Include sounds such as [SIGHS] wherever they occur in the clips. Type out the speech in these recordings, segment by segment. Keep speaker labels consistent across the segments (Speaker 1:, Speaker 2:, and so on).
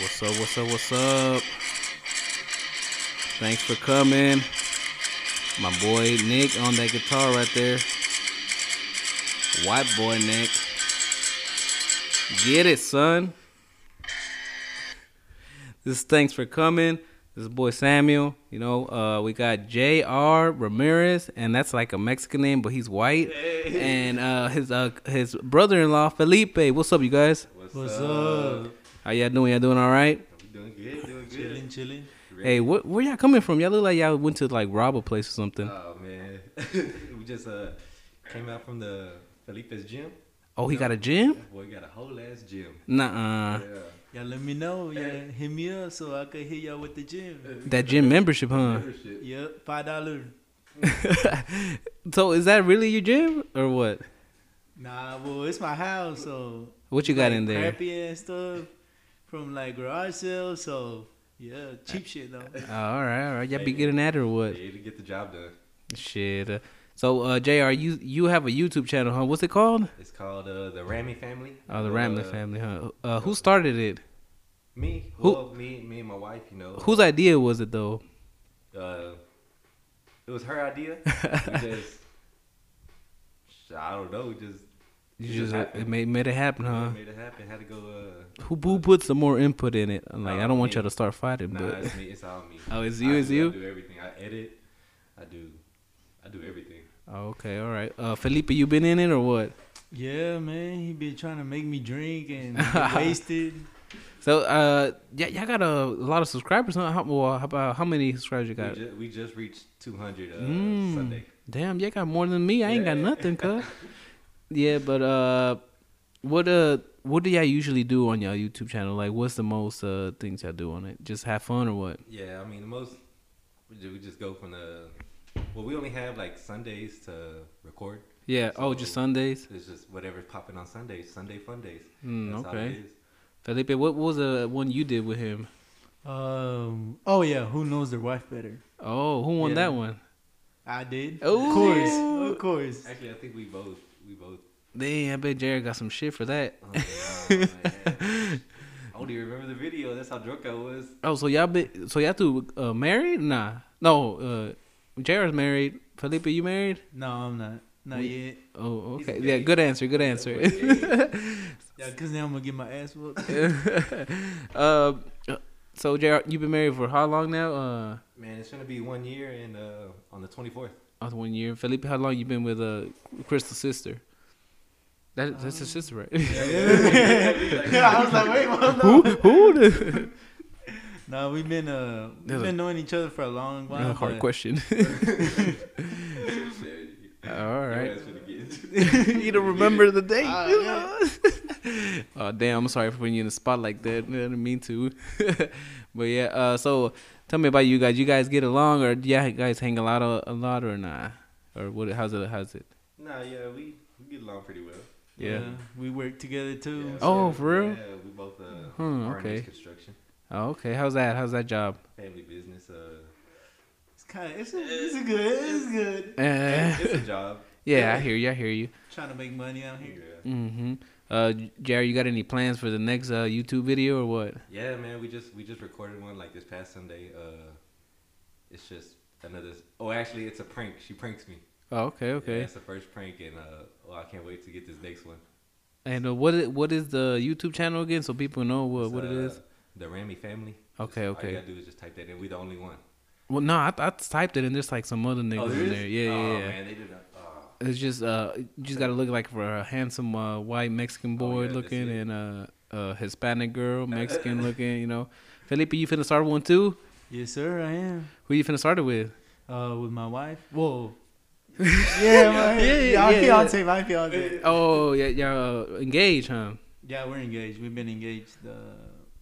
Speaker 1: What's up? What's up? What's up? Thanks for coming. My boy Nick on that guitar right there. White boy Nick. Get it, son. This is thanks for coming. This is boy Samuel. You know, uh, we got J.R. Ramirez, and that's like a Mexican name, but he's white. And uh, his uh, his brother-in-law Felipe. What's up, you guys?
Speaker 2: What's up?
Speaker 1: How y'all doing? Y'all doing all right?
Speaker 3: Doing good, doing good.
Speaker 2: Chilling, chilling.
Speaker 1: Hey, wh- where y'all coming from? Y'all look like y'all went to like rob a place or something.
Speaker 3: Oh man, [LAUGHS] we just uh came out from the Felipe's gym.
Speaker 1: Oh, he got a gym?
Speaker 3: That boy got a whole ass gym.
Speaker 1: Nuh-uh.
Speaker 3: Yeah.
Speaker 2: Y'all let me know. Y'all hit me up so I could hit y'all with the gym.
Speaker 1: That gym membership, huh? [LAUGHS]
Speaker 3: Membership.
Speaker 2: Yep, five dollar.
Speaker 1: so is that really your gym or what?
Speaker 2: Nah, well it's my house, so
Speaker 1: What you got
Speaker 2: like,
Speaker 1: in there?
Speaker 2: Crappy and stuff from like garage sales. So yeah, cheap shit though.
Speaker 1: Oh, all right, all right. Y'all be getting at it or what?
Speaker 3: Yeah, to get the job done.
Speaker 1: Shit. uh, So, uh, Jr., you you have a YouTube channel, huh? What's it called?
Speaker 3: It's called uh the Rammy family.
Speaker 1: Oh, the
Speaker 3: Uh,
Speaker 1: Ramley family, huh? Uh, who started it?
Speaker 3: Me,
Speaker 1: Who-
Speaker 3: well, me, me and my wife. You know,
Speaker 1: Whose idea was it though?
Speaker 3: uh, it was her
Speaker 1: [LAUGHS]
Speaker 3: idea. we just, I don't know, we just
Speaker 1: You
Speaker 3: It
Speaker 1: just
Speaker 3: just happened.
Speaker 1: it made made it happen, huh?
Speaker 3: made it happen. Had to go. Uh,
Speaker 1: Who who put some more input in it? I'm like, I don't want y'all to start fighting,
Speaker 3: Oh, Nah,
Speaker 1: but
Speaker 3: it's me. It's all me.
Speaker 1: [LAUGHS] Oh, it's you,
Speaker 3: I
Speaker 1: it's
Speaker 3: do,
Speaker 1: you?
Speaker 3: I do everything. I edit. I do. I do everything.
Speaker 1: Oh, okay, all right. Uh, Felipe, you been in it or what?
Speaker 2: Yeah, man, he been trying to make me drink
Speaker 1: [LAUGHS]
Speaker 2: and get wasted.
Speaker 1: So, uh, y- y'all got a lot of subscribers, huh? How, well, how about how many subscribers you
Speaker 3: We,
Speaker 1: got?
Speaker 3: ju- we just reached 200 uh,
Speaker 1: Mm.
Speaker 3: Sunday.
Speaker 1: Damn, y'all got more than me. I ain't got
Speaker 3: Yeah.
Speaker 1: nothing, cuz. [LAUGHS] yeah, but uh, what uh, what do y'all usually do on y'all YouTube channel? Like, what's the most uh things y'all do on it? Just have fun or what?
Speaker 3: Yeah, I mean the most. We just, we just go from the. Well, we only have like Sundays to record.
Speaker 1: Yeah. oh, just
Speaker 3: So-
Speaker 1: Sundays.
Speaker 3: It's just whatever's popping on Sundays. Sunday fun days.
Speaker 1: Mm,
Speaker 3: That's all
Speaker 1: okay.
Speaker 3: it is.
Speaker 1: Felipe, what was the one you did with him?
Speaker 2: Um. Oh yeah, who knows their wife better?
Speaker 1: Oh, who won
Speaker 2: Yeah.
Speaker 1: that one?
Speaker 2: I did.
Speaker 1: Oh.
Speaker 2: Of course, of course.
Speaker 3: Actually, I think we both we both.
Speaker 1: Dang, I bet Jared got some shit for that.
Speaker 3: Oh, yeah,
Speaker 1: [LAUGHS]
Speaker 3: man. I only remember the video. That's how drunk I was.
Speaker 1: Oh, so y'all been so y'all two uh, married? Nah, no. Uh, Jared's married. Felipe, you married?
Speaker 2: No, I'm not. Not
Speaker 1: We-
Speaker 2: yet.
Speaker 1: Oh,
Speaker 3: He's
Speaker 1: okay. Yeah,
Speaker 3: gay.
Speaker 1: good answer. Good answer.
Speaker 2: Yeah, cause now I'm gonna get my ass whooped.
Speaker 1: [LAUGHS] uh, so Jared, you've been married for how long now? Uh,
Speaker 3: Man, it's gonna be one year and uh, on the 24th.
Speaker 1: oh, one year. Felipe, how long you been with uh Crystal's sister? That, that's his sister, [LAUGHS]
Speaker 2: [LAUGHS]
Speaker 1: right?
Speaker 2: I was like, wait, what?
Speaker 1: who? Who?
Speaker 2: [LAUGHS]
Speaker 1: The,
Speaker 2: No, we've been uh, we've
Speaker 1: There's
Speaker 2: been knowing each other for a long while.
Speaker 1: [LAUGHS] hard
Speaker 2: but-
Speaker 1: question.
Speaker 3: All
Speaker 1: All right.
Speaker 3: you
Speaker 1: [LAUGHS] you don't remember the date.
Speaker 2: Ah,
Speaker 1: you know? [LAUGHS] oh damn! I'm sorry for putting you in the spot like that. I didn't mean to. [LAUGHS] but yeah. Uh, so tell me about you guys. You guys get along, or do you guys hang a lot, a lot, or nah, or what? How's it? How's it?
Speaker 3: Nah, yeah, we, we get along pretty well.
Speaker 1: Yeah.
Speaker 2: we work together too.
Speaker 3: Yeah,
Speaker 1: Oh, for real?
Speaker 3: Yeah, we both uh,
Speaker 1: Hmm,
Speaker 3: are in
Speaker 1: okay.
Speaker 3: this construction,
Speaker 1: Oh, okay. How's that? How's that job?
Speaker 3: family business. Uh,
Speaker 2: It's kind of it's a, it's a good it's good.
Speaker 1: Eh,
Speaker 3: it's a job.
Speaker 1: yeah, I hear you. I hear you.
Speaker 2: Trying to make money out
Speaker 3: Yeah.
Speaker 2: here.
Speaker 1: Mm-hmm. Uh, Jerry, you got any plans for the next uh, YouTube video or what?
Speaker 3: yeah, man, we just we just recorded one like this past Sunday. Uh, it's just another. Oh, actually, it's a prank. She pranks me.
Speaker 1: Oh, okay, okay.
Speaker 3: Yeah, it's the first prank, and uh, oh, I can't wait to get this next one.
Speaker 1: And uh, what i- what is the YouTube channel again, so people know what
Speaker 3: It's,
Speaker 1: what it
Speaker 3: uh,
Speaker 1: is?
Speaker 3: The Rammy family.
Speaker 1: Okay,
Speaker 3: Just-
Speaker 1: okay.
Speaker 3: All you gotta do is just type that in. We're the only one.
Speaker 1: Well, no, I, I typed it and there's like some other niggas
Speaker 3: there
Speaker 1: in
Speaker 3: is?
Speaker 1: there. Yeah,
Speaker 3: oh,
Speaker 1: yeah, yeah.
Speaker 3: man, they did not. Oh.
Speaker 1: It's just uh, you just gotta look like for a handsome uh, white Mexican
Speaker 3: Oh,
Speaker 1: boy
Speaker 3: yeah, that's
Speaker 1: looking
Speaker 3: it.
Speaker 1: and uh, uh, Hispanic
Speaker 3: [LAUGHS]
Speaker 1: girl, Mexican looking. You know, Felipe, you finna start one too.
Speaker 2: Yes, sir, I am.
Speaker 1: Who you finna start it with?
Speaker 2: Uh, with my wife. Whoa. [LAUGHS] yeah, my
Speaker 1: Yeah, yeah,
Speaker 2: my
Speaker 1: yeah,
Speaker 2: fiance, my fiance.
Speaker 1: Oh yeah, y'all uh, engaged, huh?
Speaker 2: Yeah, we're engaged. We've been engaged. Uh,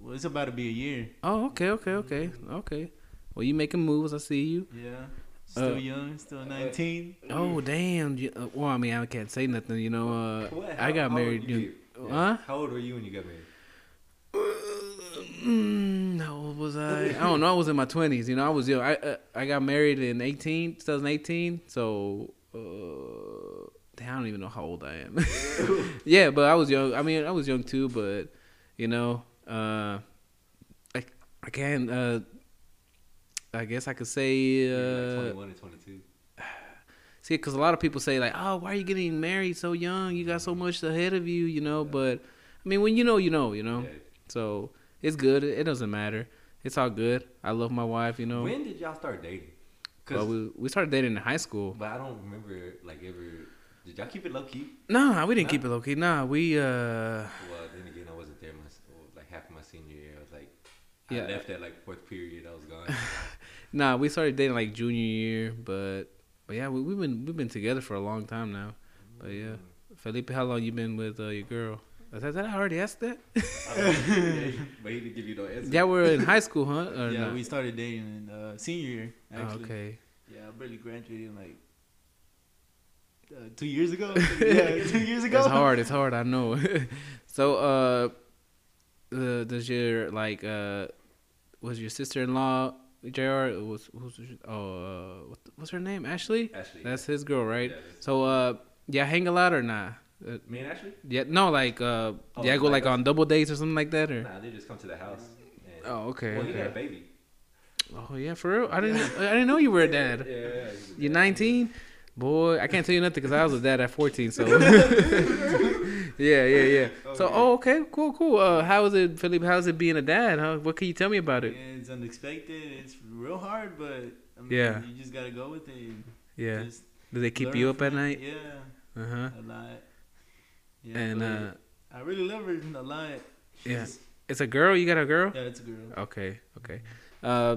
Speaker 2: well, it's about to be a year.
Speaker 1: Oh okay, okay, okay, okay. Well, you making moves. I see you.
Speaker 2: Yeah, still
Speaker 1: Uh,
Speaker 2: young, still 19.
Speaker 1: Oh damn. You, uh, well, I mean, I can't say nothing. You know, uh,
Speaker 3: What?
Speaker 1: I
Speaker 3: How-
Speaker 1: got
Speaker 3: how old
Speaker 1: married.
Speaker 3: you
Speaker 1: You,
Speaker 3: get-
Speaker 1: huh?
Speaker 3: How old were you when you got married?
Speaker 1: Mm, how old was I? I don't know. I was in my twenties. You know, I was young. I uh, I got married in 18, 2018. So uh, damn, I don't even know how old I am. [LAUGHS] yeah, but I was young. I mean, I was young too. But you know, uh, I can't. Uh, I guess I could say.
Speaker 3: We were, like
Speaker 1: Uh,
Speaker 3: 21 and 22.
Speaker 1: See, because a lot of people say like, "Oh, why are you getting married so young? You got so much ahead of you," you know. But I mean, when you know, you know, you know.
Speaker 3: Yeah.
Speaker 1: So it's good. It doesn't matter. It's all good. I love my wife, you know.
Speaker 3: When did y'all start dating? 'Cause-
Speaker 1: But we we started dating in high school.
Speaker 3: but I don't remember like ever. Did y'all keep it low key?
Speaker 1: Nah, we didn't
Speaker 3: Nah.
Speaker 1: keep it low key. Nah, we uh,
Speaker 3: Well, then again, I wasn't there my well, like half of my senior year. I was like,
Speaker 1: Yeah.
Speaker 3: I left at like fourth period. I was
Speaker 1: [LAUGHS]
Speaker 3: gone.
Speaker 1: nah, we started dating like junior year. But but yeah, we we've been we've been together for a long time now. But yeah, Felipe, how long you been with uh, your girl? Is that, did I already asked that?
Speaker 3: I don't know. but he didn't give you no answer.
Speaker 1: yeah, we're in high school, huh? Or
Speaker 2: yeah,
Speaker 1: not?
Speaker 2: we started dating in uh, senior year.
Speaker 1: Oh,
Speaker 2: Actually.
Speaker 1: okay.
Speaker 2: Yeah, I barely graduated in like uh, two
Speaker 1: [LAUGHS]
Speaker 2: years ago. yeah, two years ago.
Speaker 1: It's hard. It's hard. I know. [LAUGHS] so, uh, uh, does your like uh, was your sister in law Jr. Was who's oh uh, what, what's her name Ashley?
Speaker 3: Ashley.
Speaker 1: That's his girl, right?
Speaker 3: Yeah, that's-
Speaker 1: So, uh, yeah, hang a lot or nah? Uh,
Speaker 3: me and Ashley.
Speaker 1: yeah, no, like uh,
Speaker 3: Oh,
Speaker 1: yeah, go
Speaker 3: like
Speaker 1: like on double dates or something like that, or
Speaker 3: Nah, they just come to the house. And,
Speaker 1: oh okay,
Speaker 3: well, he got a
Speaker 1: okay.
Speaker 3: baby.
Speaker 1: oh yeah, for real. I didn't I didn't know you were a dad.
Speaker 3: Yeah, yeah, he's a
Speaker 1: You're
Speaker 3: dad.
Speaker 1: 19? Boy, I can't tell you nothing because I was a dad at 14. So, [LAUGHS] yeah, yeah, yeah. So,
Speaker 3: Okay.
Speaker 1: oh, okay, cool, cool. Uh, how is it, Philip? How's it being a dad? Huh? What can you tell me about
Speaker 2: Yeah,
Speaker 1: it?
Speaker 2: it's unexpected. It's real hard, but I mean,
Speaker 1: Yeah.
Speaker 2: you just gotta go with it. and
Speaker 1: Yeah.
Speaker 2: just
Speaker 1: Do they keep
Speaker 2: learn
Speaker 1: you up at
Speaker 2: from it.
Speaker 1: night?
Speaker 2: Yeah,
Speaker 1: Uh huh.
Speaker 2: a lot. Yeah,
Speaker 1: And
Speaker 2: but
Speaker 1: uh,
Speaker 2: I really love her a lot.
Speaker 1: yeah,
Speaker 2: She's-
Speaker 1: it's a girl. You got a girl?
Speaker 2: yeah, it's a girl.
Speaker 1: Okay, okay. Uh,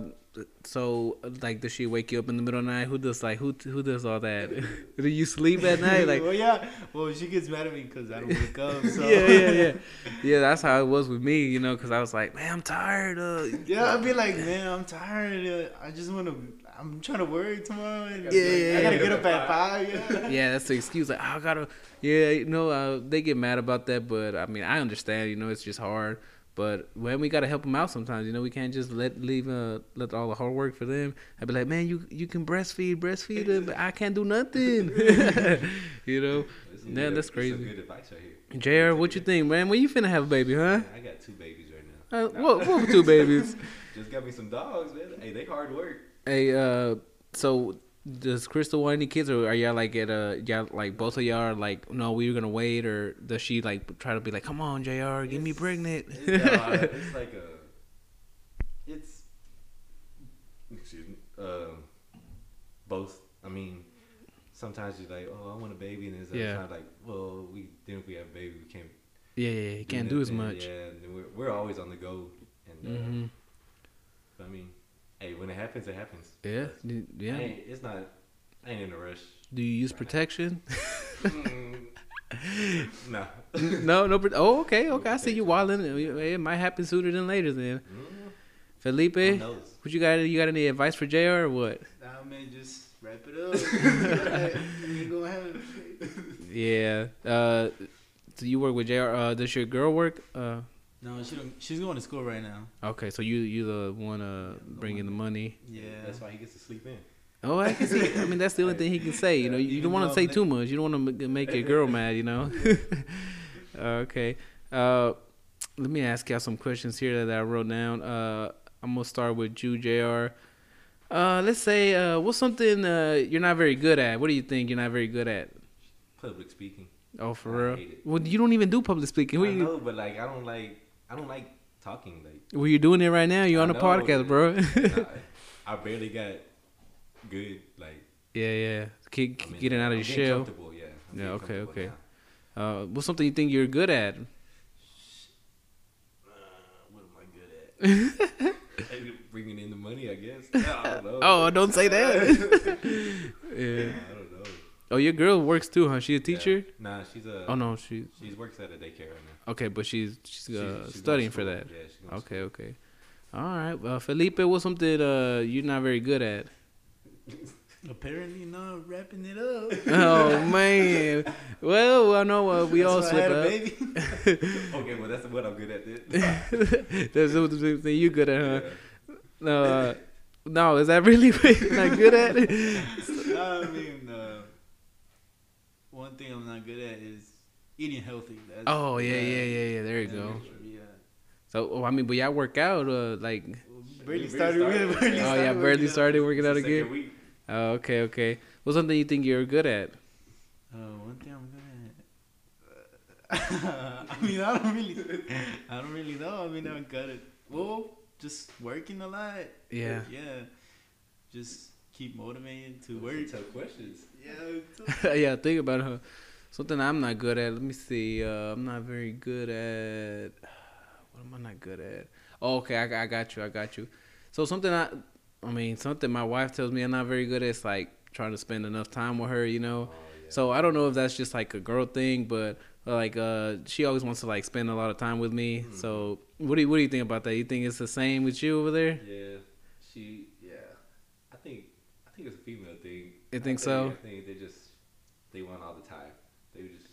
Speaker 1: so like, does she wake you up in the middle of the night? Who does like who who does all that? [LAUGHS] Do you sleep at night? Like,
Speaker 2: [LAUGHS] well, yeah. Well, she gets mad at me because I don't wake up.
Speaker 1: [LAUGHS]
Speaker 2: So.
Speaker 1: yeah, yeah, yeah, yeah. That's how it was with me, you know, because I was like, man, I'm tired. Uh,
Speaker 2: [LAUGHS] Yeah, I'd be like, man, I'm tired. Uh, I just want to. I'm trying to work tomorrow. And
Speaker 3: Yeah,
Speaker 1: yeah,
Speaker 2: I gotta
Speaker 1: yeah.
Speaker 2: get up at five. Yeah.
Speaker 1: yeah, that's the excuse. Like, I gotta. Yeah, you know, uh, they get mad about that, but I mean, I understand. You know, it's just hard. But when we gotta help them out sometimes, you know, we can't just let leave uh, let all the hard work for them. I'd be like, man, you you can breastfeed, breastfeed, uh, but I can't do nothing. [LAUGHS] you know,
Speaker 3: This is
Speaker 1: Nah, that's
Speaker 3: good- this is
Speaker 1: crazy.
Speaker 3: good advice right here.
Speaker 1: Jr. What you think, man? When you finna have a baby, huh?
Speaker 3: I got two babies right now.
Speaker 1: Uh, what what
Speaker 3: [LAUGHS]
Speaker 1: with two babies?
Speaker 3: Just got me some dogs, man. Hey, they hard work.
Speaker 1: Hey, uh, so does Crystal want any kids, or are y'all like at uh, y'all like both of y'all are like, no, we were gonna wait, or does she like try to be like, come on, Jr, get me
Speaker 3: It's- [LAUGHS]
Speaker 1: pregnant? [LAUGHS]
Speaker 3: It's, uh, it's like a. It's. Excuse me. Um, both. I mean, sometimes you're like, oh, I want a baby, and it's other
Speaker 1: Yeah.
Speaker 3: times like, well, we then if we have a baby, we can't.
Speaker 1: yeah, yeah, yeah, you can't do as
Speaker 3: nothing.
Speaker 1: much.
Speaker 3: Yeah, and then we're we're always on the go, and uh,
Speaker 1: hmm
Speaker 3: I mean, hey, when it happens, it happens.
Speaker 1: Yeah, d-
Speaker 3: Yeah.
Speaker 1: yeah.
Speaker 3: it's not. I ain't in
Speaker 1: [LAUGHS]
Speaker 3: a rush.
Speaker 1: Do you use protection? [LAUGHS]
Speaker 3: Mm, no.
Speaker 1: no, no. Pro- oh, okay, okay. I see you wilding. It might happen sooner than later. Then
Speaker 3: Mm,
Speaker 1: Felipe,
Speaker 3: Who knows?
Speaker 1: what you got? You got any advice for Jr. or what?
Speaker 2: Nah, man, just wrap it up.
Speaker 1: [LAUGHS]
Speaker 2: You ain't gonna have it.
Speaker 1: Yeah. Uh, so you work with Jr. Uh, does your girl work? Uh,
Speaker 2: No, she don't, she's going to school right now.
Speaker 1: Okay, so you you the one uh
Speaker 3: the
Speaker 1: bringing the money.
Speaker 2: Yeah.
Speaker 3: That's why he gets to sleep in.
Speaker 1: Oh, I can see. I mean, that's the only thing he can say. You know, you,
Speaker 2: Even
Speaker 1: don't want
Speaker 2: though
Speaker 1: to say
Speaker 2: they-
Speaker 1: too much. You don't want to make your girl mad. You know. [LAUGHS] okay. Uh, let me ask y'all some questions here that I wrote down. Uh, I'm gonna start with you, Jr. Uh, let's say uh, what's something uh you're not very good at? What do you think you're not very good at?
Speaker 3: Public speaking.
Speaker 1: Oh, for
Speaker 3: I
Speaker 1: real?
Speaker 3: hate it.
Speaker 1: Well, you don't even do public speaking. What
Speaker 3: I
Speaker 1: you,
Speaker 3: know, but like I don't like I don't like
Speaker 1: [LAUGHS]
Speaker 3: talking. Like
Speaker 1: well, you're doing it right now. You're on
Speaker 3: I
Speaker 1: a
Speaker 3: know,
Speaker 1: podcast,
Speaker 3: man.
Speaker 1: bro.
Speaker 3: I, I barely got good. Like
Speaker 1: [LAUGHS] yeah, yeah. Keep,
Speaker 3: I
Speaker 1: keep
Speaker 3: mean,
Speaker 1: getting out of
Speaker 3: I'm
Speaker 1: your
Speaker 3: getting
Speaker 1: shell.
Speaker 3: comfortable, Yeah.
Speaker 1: Yeah,
Speaker 3: I'm getting
Speaker 1: okay,
Speaker 3: comfortable
Speaker 1: okay.
Speaker 3: now.
Speaker 1: Uh, what's something you think you're good at?
Speaker 3: Uh, what am I good [LAUGHS] at? Maybe Bringing in the money,
Speaker 1: [LAUGHS]
Speaker 3: I guess. I don't know.
Speaker 1: Oh, don't
Speaker 3: [LAUGHS]
Speaker 1: say that. yeah.
Speaker 3: I don't know.
Speaker 1: Oh, your girl works too, huh? She's a
Speaker 3: Yeah.
Speaker 1: teacher.
Speaker 3: Nah, she's a.
Speaker 1: Oh no, she
Speaker 3: She works at a daycare right now.
Speaker 1: okay, but she's she's,
Speaker 3: She's-
Speaker 1: uh,
Speaker 3: she's
Speaker 1: studying
Speaker 3: going to
Speaker 1: for
Speaker 3: school. [LAUGHS]
Speaker 1: that.
Speaker 3: Yeah, she's going to
Speaker 1: Okay, okay. All right, well, Felipe, what's something uh, you're not very good at?
Speaker 2: Apparently not wrapping it
Speaker 1: [LAUGHS]
Speaker 2: up.
Speaker 1: oh man. Well, I know uh, we
Speaker 2: That's
Speaker 1: all
Speaker 2: why I
Speaker 1: slip
Speaker 2: had a
Speaker 1: up. [LAUGHS]
Speaker 2: baby.
Speaker 3: school. Okay, well that's what I'm good at.
Speaker 1: Uh,
Speaker 3: [LAUGHS] Then.
Speaker 1: [LAUGHS] That's what the thing you good at, huh? No, uh, no, is that really [LAUGHS] what you're not good at?
Speaker 2: [LAUGHS] Nah, I mean, uh, one thing I'm not good at is eating healthy. That's,
Speaker 1: Oh yeah, yeah, yeah, yeah. There you
Speaker 2: that's
Speaker 1: go.
Speaker 2: for sure, Yeah.
Speaker 1: So, oh, I mean, but y'all work out, uh, like
Speaker 2: Well, barely started with it.
Speaker 3: working
Speaker 2: Barely
Speaker 1: Oh
Speaker 3: out.
Speaker 1: yeah,
Speaker 2: started
Speaker 1: barely
Speaker 2: working out.
Speaker 1: started working
Speaker 3: It's
Speaker 1: out
Speaker 3: the second
Speaker 1: again.
Speaker 3: week.
Speaker 1: Oh, okay, okay. What's something you think you're good at? [LAUGHS]
Speaker 2: Uh, one thing I'm good at. [LAUGHS] I mean, I don't really, I don't really know. I mean, I'm good at well, just working a lot.
Speaker 1: Yeah.
Speaker 2: yeah. Just keep motivated to
Speaker 3: Very
Speaker 2: work.
Speaker 3: tough questions.
Speaker 2: Yeah, it's tough.
Speaker 1: yeah, think about it. huh? Something I'm not good at. Let me see. Uh, I'm not very good at. [SIGHS] What am I not good at? Oh, okay, I, I got you. I got you. So something I, I mean, something my wife tells me I'm not very good at is like trying to spend enough time with her. You know.
Speaker 3: Oh, yeah.
Speaker 1: So I don't know if that's just like a girl thing, but like uh, she always wants to like spend a lot of time with me.
Speaker 3: Mhm.
Speaker 1: So what do you what do you think about that? You think it's the same with you over there?
Speaker 3: Yeah, she. Yeah, I think I think it's a female thing.
Speaker 1: You
Speaker 3: I
Speaker 1: think so?
Speaker 3: I think they just they want all the time. They just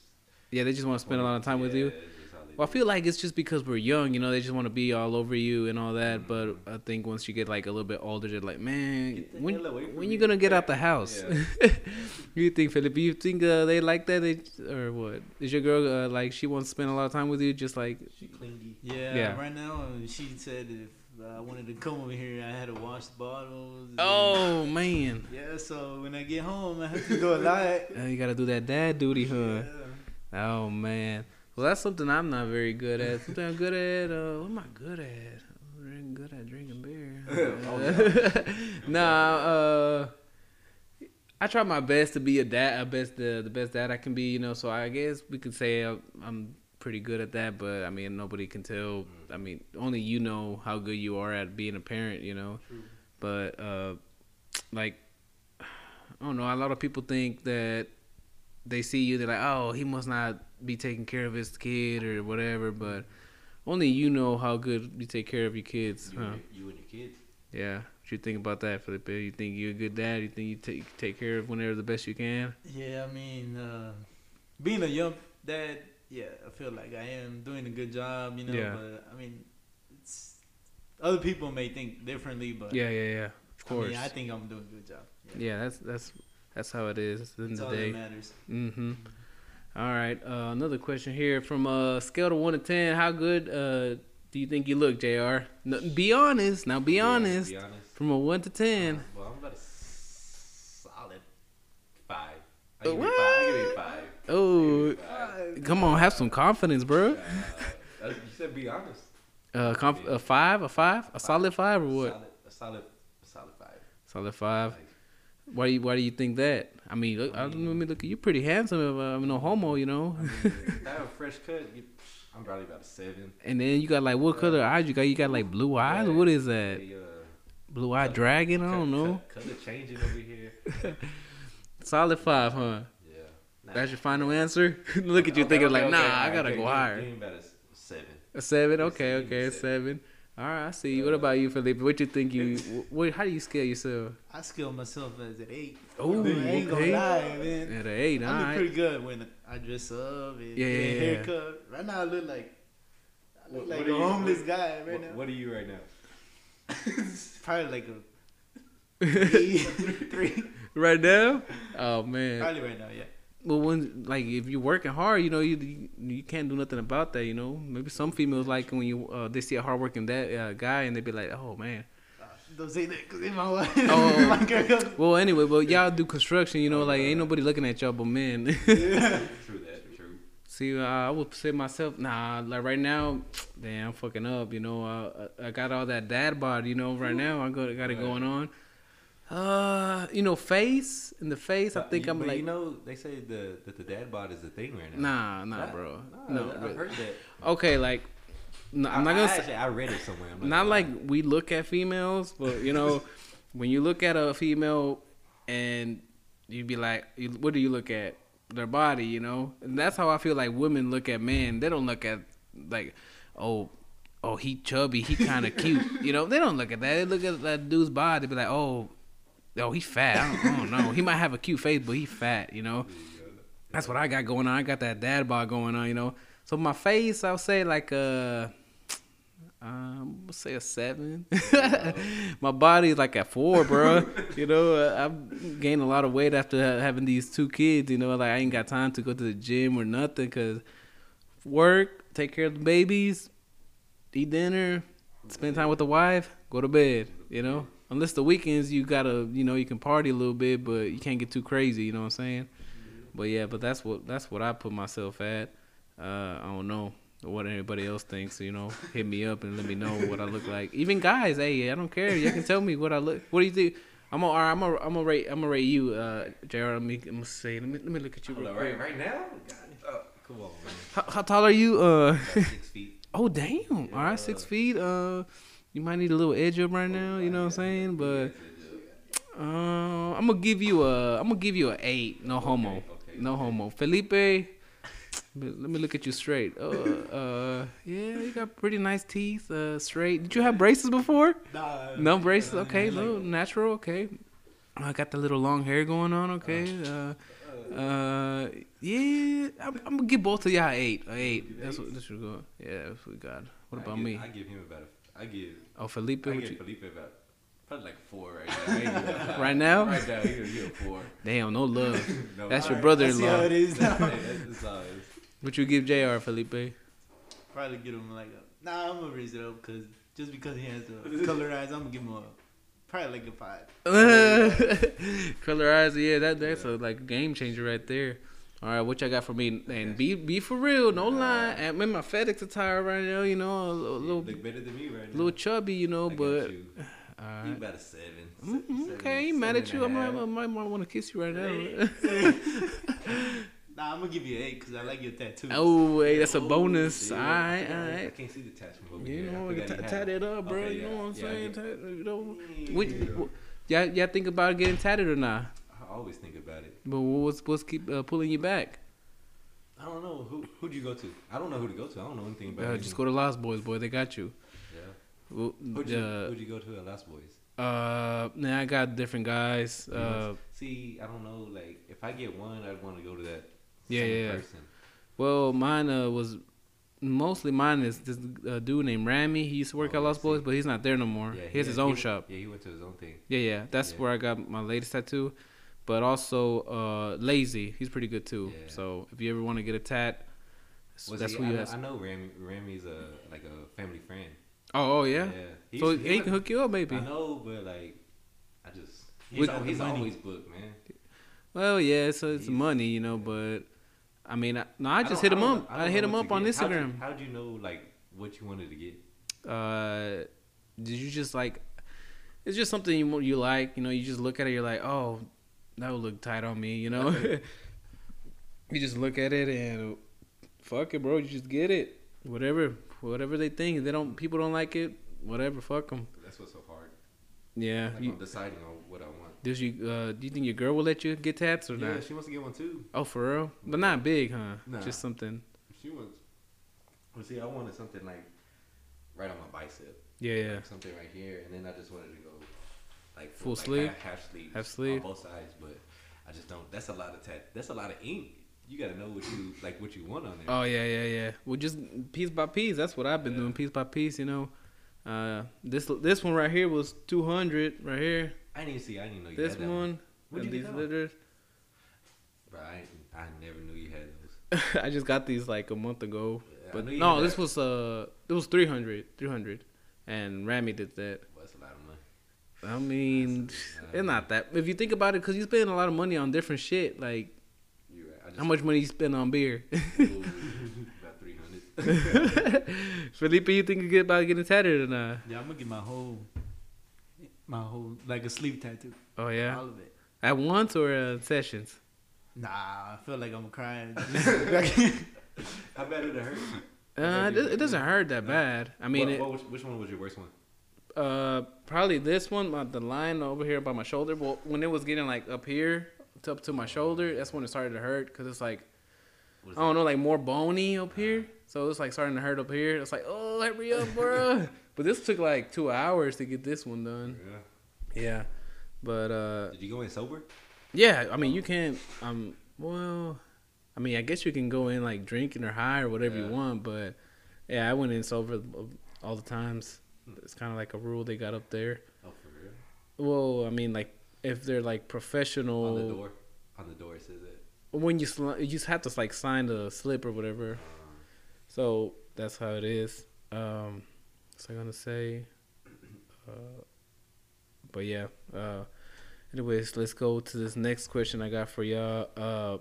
Speaker 1: Yeah, they just want to spend a lot of time with
Speaker 3: Yeah,
Speaker 1: you.
Speaker 3: it's just how they
Speaker 1: Well, I
Speaker 3: do.
Speaker 1: feel like it's just because we're young, you know. They just want to be all over you and all that.
Speaker 3: Mhm.
Speaker 1: But I think once you get like a little bit older, they're like, man,
Speaker 3: Get the
Speaker 1: when
Speaker 3: hell away from
Speaker 1: when you
Speaker 3: me."
Speaker 1: gonna get out the house? [LAUGHS] you think, Philip? You think uh, they like that? They or what? Is your girl uh, like she wants to spend a lot of time with you? Just like
Speaker 3: she clingy.
Speaker 2: Yeah,
Speaker 1: Yeah.
Speaker 2: right now uh, she said if I wanted to come over here, I had to wash bottles. and-
Speaker 1: oh man,
Speaker 2: yeah. So when I get home, I have to do a [LAUGHS] lot.
Speaker 1: Uh, you gotta do that dad duty, huh?
Speaker 2: Yeah.
Speaker 1: Oh man. Well, that's something I'm not very good at. Something I'm good at. Uh, what am I good at? I'm very good at drinking beer. Uh, [LAUGHS] nah. Uh, I try my best to be a dad, a best the the best dad I can be. You know, so I guess we could say I'm, I'm pretty good at that. But I mean, nobody can tell. I mean, only you know how good you are at being a parent. You know,
Speaker 3: True.
Speaker 1: but uh, like I don't know. A lot of people think that they see you, they're like, oh, he must not be taking care of his kid or whatever. But only you know how good you take care of your kids.
Speaker 3: You,
Speaker 1: huh?
Speaker 3: and your, you and your kids.
Speaker 1: Yeah. What you think about that, Felipe? You think you're a good dad? You think you take take care of whenever the best you can?
Speaker 2: Yeah, I mean, uh, being a young dad, yeah, I feel like I am doing a good job, you know.
Speaker 1: Yeah.
Speaker 2: But I mean, it's other people may think differently, but
Speaker 1: Yeah, yeah, yeah. Of
Speaker 2: I,
Speaker 1: course.
Speaker 2: mean, I think I'm doing a good job.
Speaker 1: yeah, that's that's that's how it is. At the end
Speaker 2: That's
Speaker 1: of
Speaker 2: all
Speaker 1: the day.
Speaker 2: that matters.
Speaker 1: Mm-hmm. All right. Uh, another question here from uh, scale to one to ten. How good uh, do you think you look, Jr.? No, be honest. Now, be
Speaker 3: Yeah,
Speaker 1: honest.
Speaker 3: Be honest.
Speaker 1: From a one to ten.
Speaker 3: Uh, well, I'm about a solid five. I
Speaker 1: Uh,
Speaker 3: give it a five. I give it a five.
Speaker 1: oh,
Speaker 3: I give it a five.
Speaker 1: come on, have some confidence, bro.
Speaker 3: Uh, you said be honest.
Speaker 1: Uh, conf- a five, a five, a solid five, or what?
Speaker 3: Solid, a solid, a solid five.
Speaker 1: Solid five. Why do you Why do you think that? I mean, look, I, mean, look, you're pretty handsome. If I'm no homo, you know. [LAUGHS]
Speaker 3: If I have a fresh cut. You, I'm probably about a
Speaker 1: [LAUGHS]
Speaker 3: seven.
Speaker 1: and then you got like what color eyes? You got you got like blue eyes. What is that?
Speaker 3: The, uh,
Speaker 1: Blue eye dragon? I don't know.
Speaker 3: Color changing over here.
Speaker 1: Solid five, huh?
Speaker 3: Yeah. Nah.
Speaker 1: That's your final answer. [LAUGHS] Look at you
Speaker 3: Okay,
Speaker 1: thinking
Speaker 3: okay,
Speaker 1: like,
Speaker 3: okay,
Speaker 1: nah,
Speaker 3: okay,
Speaker 1: I gotta
Speaker 3: okay,
Speaker 1: go
Speaker 3: give-
Speaker 1: higher.
Speaker 3: Give me about a s- seven.
Speaker 1: A seven,
Speaker 3: give me
Speaker 1: okay,
Speaker 3: seven, give me
Speaker 1: okay, a
Speaker 3: seven.
Speaker 1: seven. All right, I see you. What about you, Felipe? What you think you? wh- What? How do you scale yourself?
Speaker 2: I scale myself as an eight.
Speaker 1: Oh,
Speaker 2: I ain't gonna
Speaker 1: okay.
Speaker 2: lie, man.
Speaker 1: At an eight, all
Speaker 2: I look
Speaker 1: right.
Speaker 2: pretty good when I dress up
Speaker 1: Yeah,
Speaker 2: and get a
Speaker 1: yeah, yeah.
Speaker 2: haircut. Right now, I look like I
Speaker 3: What- what
Speaker 2: look like
Speaker 3: are
Speaker 2: a
Speaker 3: you-
Speaker 2: homeless
Speaker 3: what-
Speaker 2: guy right
Speaker 3: what,
Speaker 2: now.
Speaker 3: what are you right now?
Speaker 2: [LAUGHS] Probably like
Speaker 1: [LAUGHS]
Speaker 2: a three, three.
Speaker 1: right now? Oh man.
Speaker 2: Probably right now, yeah.
Speaker 1: Well, when like if you're working hard, you know you you, you can't do nothing about that. You know, maybe some females like when you uh, they see a hardworking that uh, guy and they be like, oh man.
Speaker 2: Don't say that because my wife. [LAUGHS]
Speaker 1: Oh.
Speaker 2: my girl.
Speaker 1: Well, anyway, well y'all do construction, you know, like ain't nobody looking at y'all but men. [LAUGHS]
Speaker 3: True that. True.
Speaker 1: See, uh, I would say myself, nah, like right now, damn, I'm fucking up. You know, uh, I I got all that dad bod, you know, right now. I got, got it
Speaker 3: Right.
Speaker 1: going on. Uh, you know, face in the face. I
Speaker 3: But
Speaker 1: think
Speaker 3: you,
Speaker 1: I'm
Speaker 3: but
Speaker 1: like,
Speaker 3: you know they say the that the dad bod is a thing right now.
Speaker 1: nah, nah, bro, no.
Speaker 3: no, I
Speaker 1: but-
Speaker 3: heard that.
Speaker 1: okay, like, no, I'm
Speaker 3: I-
Speaker 1: not
Speaker 3: I
Speaker 1: gonna say,
Speaker 3: Actually, I read it somewhere. I'm
Speaker 1: not
Speaker 3: gonna
Speaker 1: like
Speaker 3: lie.
Speaker 1: we look at females, but you know, when you look at a female and you be like, you, what do you look at? Their body, you know? And that's how I feel like women look at men. They don't look at, like, oh, oh, he chubby, he kind of cute. You know, they don't look at that. They look at that dude's body, be like, oh, oh, he fat. I don't, I don't know. He might have a cute face, but he fat, you know? That's what I got going on. I got that dad bod going on, you know? So my face, I'll say like, uh, um, let's say a seven. [LAUGHS] My body's like a four, bro. you know, uh, I've gained a lot of weight after ha- having these two kids. You know, like I ain't got time to go to the gym or nothing because work, take care of the babies, eat dinner, spend time with the wife, go to bed, you know? Unless the weekends you gotta, you know, you can party a little bit, but you can't get too crazy, you know what I'm saying? But yeah, but that's what that's what I put myself at. Uh, I don't know what anybody else thinks, you know. Hit me up and let me know what I look like. Even guys, hey, I don't care. You can tell me what I look. What do you think? I'm gonna, I'm gonna, I'm gonna rate, I'm gonna rate you, uh, Jr. Let me, I'm gonna say, let me, let me look at you
Speaker 3: Hold
Speaker 1: real
Speaker 3: on,
Speaker 1: quick.
Speaker 3: right, right now? God, oh, come on, man.
Speaker 1: How, how tall are you? Uh,
Speaker 3: About
Speaker 1: [LAUGHS]
Speaker 3: six feet.
Speaker 1: Oh damn! All right, six
Speaker 3: Yeah. Oh,
Speaker 1: feet. Uh, you might need a little edge up right now. You know what I'm saying? But uh, I'm gonna give you a. I'm gonna give you a eight. No homo.
Speaker 3: okay,
Speaker 1: No homo. Felipe, let me look at you straight. Uh, uh, yeah, you got pretty nice teeth. Uh, straight. Did you have braces before?
Speaker 2: Nah,
Speaker 1: No
Speaker 2: like,
Speaker 1: braces.
Speaker 2: uh,
Speaker 1: Okay,
Speaker 2: like-
Speaker 1: no natural. Okay. I got the little long hair going on. Okay. Uh, uh, yeah. I'm, I'm gonna give both of y'all eight. A eight. That's what. That's what we got. Yeah, that's what we got. What
Speaker 3: I
Speaker 1: about
Speaker 3: give,
Speaker 1: me?
Speaker 3: I give him about a, I give,
Speaker 1: Oh, Felipe.
Speaker 3: I
Speaker 1: what
Speaker 3: give
Speaker 1: you-
Speaker 3: Felipe about, probably like four right
Speaker 1: [LAUGHS]
Speaker 3: now. Maybe about five.
Speaker 1: Right now?
Speaker 3: Right now, you're, you're a four.
Speaker 1: Damn,
Speaker 3: [LAUGHS]
Speaker 1: no love.
Speaker 3: No,
Speaker 1: That's your
Speaker 3: I- [LAUGHS]
Speaker 2: I see how
Speaker 1: brother-in-law.
Speaker 2: it is
Speaker 3: That's,
Speaker 2: now.
Speaker 3: that's, that's all it is.
Speaker 1: What you give Jr. Felipe?
Speaker 2: [LAUGHS]
Speaker 1: [LAUGHS]
Speaker 2: Probably give him like a. Nah, I'm gonna raise it up because just because he has a color eyes, I'm gonna give him a probably like a five.
Speaker 1: Color eyes. Yeah, that that's a like game changer right there. All right, what y'all got for me? And be be for real, no lie. I'm in my FedEx attire right now. You know, a little,
Speaker 3: You
Speaker 1: little,
Speaker 3: look better than me right now.
Speaker 1: little chubby. You know,
Speaker 3: I got
Speaker 1: but
Speaker 3: you.
Speaker 1: all right.
Speaker 3: You about a seven. se-
Speaker 1: Mm,
Speaker 3: seven-
Speaker 1: okay, he mad at
Speaker 3: seven
Speaker 1: you. I
Speaker 3: and a
Speaker 1: might,
Speaker 3: half.
Speaker 1: I might, want to kiss you right now.
Speaker 2: Nah, I'm gonna give you an eight because I like your tattoo.
Speaker 1: [LAUGHS] oh, hey, that's a bonus.
Speaker 3: Yeah,
Speaker 1: All right,
Speaker 3: yeah,
Speaker 1: all
Speaker 3: I
Speaker 1: right.
Speaker 3: can't see the touch from over
Speaker 1: You
Speaker 3: here. I
Speaker 1: know,
Speaker 3: forgot
Speaker 1: t-
Speaker 3: he had
Speaker 1: tat it
Speaker 3: it.
Speaker 1: up, bro.
Speaker 3: Okay,
Speaker 1: you
Speaker 3: yeah,
Speaker 1: know what I'm
Speaker 3: yeah, I
Speaker 1: saying?
Speaker 3: get-
Speaker 1: Tat- you know,
Speaker 3: Yeah.
Speaker 1: what, what, y'all, y'all think about getting tatted or not?
Speaker 3: I always think about it.
Speaker 1: But what's what's keep uh, pulling you back?
Speaker 3: I don't know who who do you go to. I don't know who to go to. I don't know anything about.
Speaker 1: Uh,
Speaker 3: anything.
Speaker 1: just go to Lost Boys, boy. They got you.
Speaker 3: Yeah.
Speaker 1: Well,
Speaker 3: Who'd you,
Speaker 1: Uh,
Speaker 3: who'd you go to at Last Boys?
Speaker 1: uh, nah, I got different guys.
Speaker 3: You
Speaker 1: Uh,
Speaker 3: must- see, I don't know. Like, if I get one, I'd want to go to that.
Speaker 1: Yeah,
Speaker 3: same
Speaker 1: yeah, yeah.
Speaker 3: Person.
Speaker 1: well, mine uh, was mostly mine is this uh, dude named Ramy. He used to work
Speaker 3: Oh,
Speaker 1: at
Speaker 3: I
Speaker 1: Lost
Speaker 3: see.
Speaker 1: Boys, but he's not there no more.
Speaker 3: Yeah,
Speaker 1: he has
Speaker 3: had-
Speaker 1: his own
Speaker 3: he-
Speaker 1: shop.
Speaker 3: Yeah, he went to his own thing.
Speaker 1: Yeah, yeah. That's
Speaker 3: Yeah.
Speaker 1: where I got my latest tattoo. But also uh Lazy, he's pretty good too.
Speaker 3: Yeah.
Speaker 1: So if you ever want to get a tat, s-
Speaker 3: Was
Speaker 1: that's
Speaker 3: he,
Speaker 1: who
Speaker 3: I,
Speaker 1: you
Speaker 3: know-
Speaker 1: ask.
Speaker 3: I know Ramy. Ramy's a like a family friend.
Speaker 1: oh, oh yeah.
Speaker 3: He
Speaker 1: so
Speaker 3: used-
Speaker 1: he,
Speaker 3: went-
Speaker 1: can hook you up maybe.
Speaker 3: I know, but like, I just he's,
Speaker 1: With-
Speaker 3: al-
Speaker 2: the
Speaker 3: he's
Speaker 2: money.
Speaker 3: always booked, man.
Speaker 1: Well, yeah. So it's
Speaker 3: He's-
Speaker 1: money, you know. But I mean, I, no, I just
Speaker 3: don't-
Speaker 1: hit him
Speaker 3: don't
Speaker 1: up.
Speaker 3: know-
Speaker 1: I,
Speaker 3: don't
Speaker 1: hit
Speaker 3: know
Speaker 1: him
Speaker 3: what
Speaker 1: up
Speaker 3: to
Speaker 1: on
Speaker 3: get. How'd you-
Speaker 1: Instagram.
Speaker 3: How'd you know like what you wanted to get?
Speaker 1: uh, did you just like? It's just something you you like. You know, you just look at it. You're like, oh, that would look tight on me. You know, [LAUGHS] you just look at it and fuck it, bro. You just get it. Whatever, whatever they think. If They don't. People don't like it. Whatever. Fuck them.
Speaker 3: That's what's so hard.
Speaker 1: Yeah.
Speaker 3: Like, I'm
Speaker 1: You,
Speaker 3: deciding on what I want.
Speaker 1: does you uh, do you think your girl will let you get tats or
Speaker 3: Yeah,
Speaker 1: not?
Speaker 3: she wants to get one too.
Speaker 1: Oh, for real? But not big, huh?
Speaker 3: Nah.
Speaker 1: Just something.
Speaker 3: She wants. Well, see, I wanted something like right on my bicep,
Speaker 1: Yeah, yeah.
Speaker 3: like something right here, and then I just wanted to go like
Speaker 1: Full
Speaker 3: like,
Speaker 1: sleeve?
Speaker 3: half, half sleeve,
Speaker 1: Half sleeve?
Speaker 3: on both sides. But I just don't. That's a lot of tat. That's a lot of ink. You gotta know what you like, what you want on there.
Speaker 1: Oh yeah, yeah, yeah. Well, just piece by piece. That's what I've been
Speaker 3: Yeah.
Speaker 1: doing, piece by piece. You know, uh, this this one right here was two hundred right here.
Speaker 3: I didn't even see. I didn't even know you
Speaker 1: This
Speaker 3: had that
Speaker 1: one, and
Speaker 3: Where'd you
Speaker 1: these
Speaker 3: get that one?
Speaker 1: letters. [LAUGHS]
Speaker 3: Bro, I, ain't- I never knew you had those.
Speaker 1: I just got these like a month ago,
Speaker 3: Yeah, I
Speaker 1: but
Speaker 3: knew you
Speaker 1: no,
Speaker 3: had
Speaker 1: this
Speaker 3: that.
Speaker 1: was uh, it was 300, 300. and Ramy did that.
Speaker 3: Well, that's a lot of money.
Speaker 1: I mean,
Speaker 3: That's-
Speaker 1: it's not that. If you think about it, because you spend a lot of money on different shit. Like
Speaker 3: You right. I just,
Speaker 1: how
Speaker 3: [LAUGHS]
Speaker 1: much money you spend on beer? [LAUGHS]
Speaker 3: Ooh, about three hundred.
Speaker 1: Felipe, you think you get about getting tatted or not?
Speaker 2: Yeah, I'm gonna get my whole, my whole like a sleeve tattoo,
Speaker 1: Oh yeah,
Speaker 2: all of it.
Speaker 1: at once or uh, sessions?
Speaker 2: Nah, I feel like I'm
Speaker 1: [LAUGHS]
Speaker 2: crying.
Speaker 3: How bad did it hurt?
Speaker 1: Uh, it,
Speaker 3: do you
Speaker 1: it doesn't hurt that
Speaker 3: No.
Speaker 1: bad. I mean,
Speaker 3: What-
Speaker 1: it,
Speaker 3: what was- which one was your worst one?
Speaker 1: uh, probably this one, my, the line over here by my shoulder. Well, when it was getting like up here, to, up to my shoulder, that's when it started to hurt because it's like
Speaker 3: What
Speaker 1: I
Speaker 3: is
Speaker 1: don't know, like more bony up here. So it's like starting to hurt up here. It's like, oh, hurry up, bro. but this took like two hours to get this one
Speaker 3: that?
Speaker 1: done.
Speaker 3: Yeah.
Speaker 1: Yeah, but uh,
Speaker 3: Did you go in sober?
Speaker 1: yeah. I mean, you can't. Um, well, I mean, I guess you can go in like drinking or high or whatever
Speaker 3: Yeah.
Speaker 1: you want, but yeah, I went in sober all the times. It's kind of like a rule they got up there.
Speaker 3: Oh, for real?
Speaker 1: Well, I mean, like if they're like professional,
Speaker 3: On the door. On the door it says it.
Speaker 1: when you sli- you just have to like sign the slip or whatever. So that's how it is. Um, was I gonna say? Uh, but yeah. Uh, anyways, let's go to this next question I got for y'all. Uh,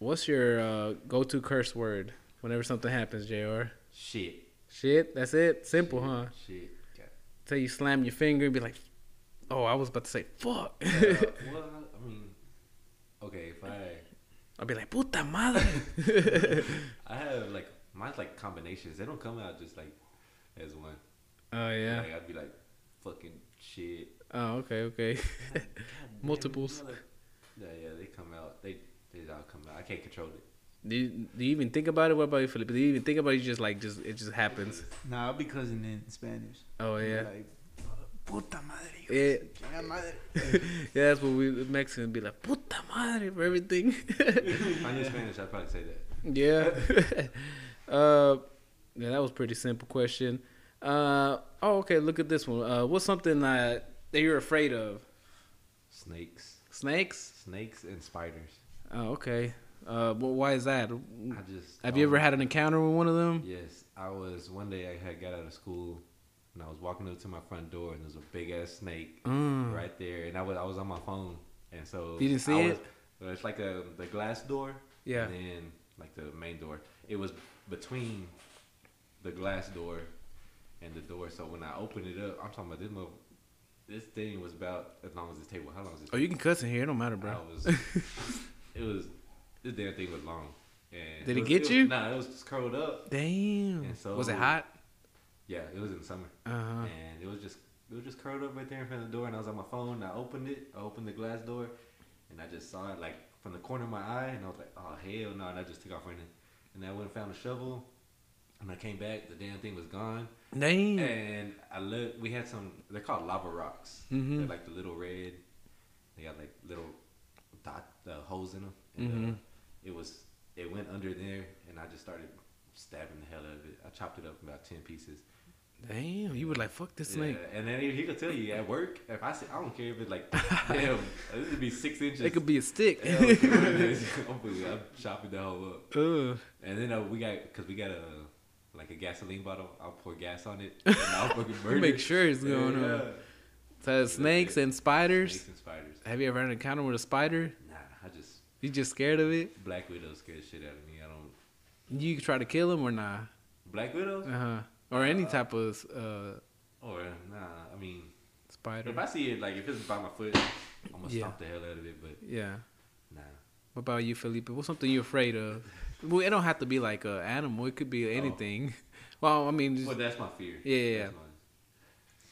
Speaker 1: what's your uh, go-to curse word whenever something happens, Jr.
Speaker 3: Shit.
Speaker 1: Shit, that's it. Simple,
Speaker 3: Shit.
Speaker 1: huh?
Speaker 3: Shit. God.
Speaker 1: [LAUGHS] Till you slam your finger and be like, "Oh, I was about to say fuck."
Speaker 3: Uh, well, I- I mean, okay, if I
Speaker 1: [LAUGHS] I'll be like, "Puta madre."
Speaker 3: I have like mine's like combinations. They don't come out just like as one.
Speaker 1: [LAUGHS] oh yeah.
Speaker 3: Like I'd be like, fucking shit.
Speaker 1: Oh okay, okay.
Speaker 3: God damn it,
Speaker 1: Multiples.
Speaker 3: mother- Yeah, yeah, they come out. They they all come out. I can't control it.
Speaker 1: [LAUGHS] Do you, do you even think about it? What about you, Philip? Do you even think about it? You just like just it just happens.
Speaker 2: [LAUGHS] Nah, I'll be cussing in Spanish.
Speaker 1: Oh yeah. Eh.
Speaker 2: Like, puta madre. hijo
Speaker 1: Yeah.
Speaker 2: de su chingada madre.
Speaker 1: [LAUGHS] [LAUGHS] yeah, that's what we the Mexicans be like, puta madre for everything. [LAUGHS]
Speaker 3: If I knew Spanish, I'd probably say that.
Speaker 1: yeah. [LAUGHS] uh, yeah, that was a pretty simple question. Uh, oh, okay. Look at this one. Uh, what's something uh, that you're afraid of?
Speaker 3: Snakes,
Speaker 1: Snakes.
Speaker 3: snakes and spiders.
Speaker 1: Oh, okay. Uh, well, why is that?
Speaker 3: I just
Speaker 1: Have you ever had an encounter with one of them?
Speaker 3: Yes, I was one day I had got out of school and I was walking up to my front door and there was a big ass snake
Speaker 1: Mm.
Speaker 3: right there and I was I was on my phone and so
Speaker 1: You didn't see
Speaker 3: I
Speaker 1: it?
Speaker 3: was- well, it's like a the glass door.
Speaker 1: Yeah.
Speaker 3: And then like the main door. It was between the glass door and the door. So when I opened it up, I'm talking about this mo- this thing was about as long as this table. How long is this
Speaker 1: Oh, you can cuss in here. It don't matter, bro. [LAUGHS]
Speaker 3: I was, it was this damn thing was long. And
Speaker 1: Did it
Speaker 3: was-
Speaker 1: get
Speaker 3: was-
Speaker 1: you?
Speaker 3: Nah, it was just curled up.
Speaker 1: Damn.
Speaker 3: And so-
Speaker 1: was it hot?
Speaker 3: Yeah, it was in the summer,
Speaker 1: Uh huh.
Speaker 3: and it was just it was just curled up right there in front of the door. And I was on my phone. And I opened it. I opened the glass door, and I just saw it like from the corner of my eye. And I was like, oh hell no! And I just took off running. And I went and found a shovel. And I came back. The damn thing was gone.
Speaker 1: Damn.
Speaker 3: And I looked. We had some. They're called lava rocks.
Speaker 1: Mhm.
Speaker 3: They're like the little red. They got like little dot uh, holes in them. And, uh,
Speaker 1: Mhm.
Speaker 3: it was. It went under there, and I just started stabbing the hell out of it. I chopped it up in about ten pieces.
Speaker 1: Damn. You were like, fuck this snake.
Speaker 3: Yeah, and then he, he could tell you at work. If I say, I don't care if
Speaker 1: [LAUGHS]
Speaker 3: it's like, damn, this would be six inches.
Speaker 1: It could be a [LAUGHS] stick.
Speaker 3: Hell, it could be this. Hopefully, [LAUGHS] I'm chopping the whole up.
Speaker 1: Ugh.
Speaker 3: And then uh, we got, cause we got a like a gasoline bottle. I'll pour gas on it. And
Speaker 1: [LAUGHS]
Speaker 3: I'll fucking burn
Speaker 1: Make
Speaker 3: it.
Speaker 1: sure it's going
Speaker 3: Yeah.
Speaker 1: on. So uh, snakes and spiders.
Speaker 3: Snakes and spiders.
Speaker 1: Have you ever had an encounter with a spider?
Speaker 3: Nah, I just
Speaker 1: You just scared of it?
Speaker 3: Black Widows scare the shit out of me. I don't
Speaker 1: You try to kill him or nah?
Speaker 3: Black Widows
Speaker 1: Uh huh. Or any type of uh,
Speaker 3: or nah. I mean,
Speaker 1: spider.
Speaker 3: if I see it, like if it's by my foot, I'm gonna
Speaker 1: Yeah.
Speaker 3: stomp the hell out of it. But
Speaker 1: Yeah.
Speaker 3: nah,
Speaker 1: What about you, Felipe? What's something you're afraid of? Well, it don't have to be like a animal. It could
Speaker 2: Oh.
Speaker 1: be anything. [LAUGHS] Well, I mean, just,
Speaker 3: well that's my fear.
Speaker 1: Yeah, yeah,
Speaker 3: That's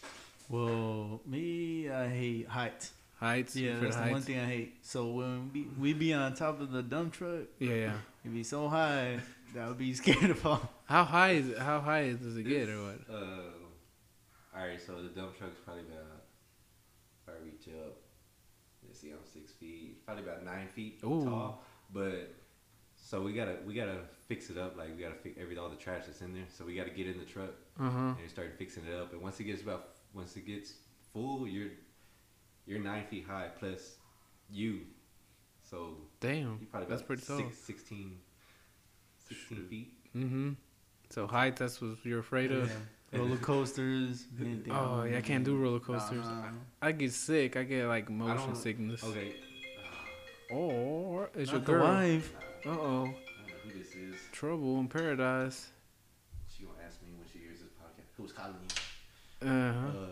Speaker 1: yeah.
Speaker 3: my-
Speaker 2: Well, me, I hate heights.
Speaker 1: heights. you
Speaker 2: Yeah,
Speaker 1: afraid
Speaker 2: that's
Speaker 1: of
Speaker 2: the one
Speaker 1: heights?
Speaker 2: thing I hate. So when we, we be on top of the dump truck,
Speaker 1: Yeah, yeah.
Speaker 2: it be so high that I would be [LAUGHS] scared of all.
Speaker 1: How high is it, how high is- does it get or what?
Speaker 3: It's, Uh, all right, so the dump truck's probably about. If I reach up, let's see, I'm six feet, probably about nine feet
Speaker 1: Ooh.
Speaker 3: tall. But so we gotta we gotta fix it up. Like we gotta fix every all the trash that's in there. So we gotta get in the truck.
Speaker 1: Uh huh.
Speaker 3: and you start fixing it up. And once it gets about once it gets full, you're you're nine feet high plus you, so
Speaker 1: Damn.
Speaker 3: you probably
Speaker 1: That's
Speaker 3: about
Speaker 1: pretty tall.
Speaker 3: six- 16, 16 feet.
Speaker 1: Mm-hmm. So heights, that's what you're afraid of.
Speaker 2: Yeah. Mm-hmm. Roller coasters.
Speaker 1: [LAUGHS]
Speaker 2: anything
Speaker 1: Oh
Speaker 2: else.
Speaker 1: yeah, I can't do roller coasters.
Speaker 2: Nah.
Speaker 1: I get sick. I get like motion
Speaker 3: don't-
Speaker 1: sickness.
Speaker 3: Okay,
Speaker 1: Or it's
Speaker 2: Not the
Speaker 1: your girl. Uh
Speaker 2: wife.
Speaker 1: oh,
Speaker 3: I don't know who this is.
Speaker 1: trouble in paradise.
Speaker 3: She gonna ask me when she hears this podcast. Who's calling you?
Speaker 1: Uh huh.
Speaker 3: Uh,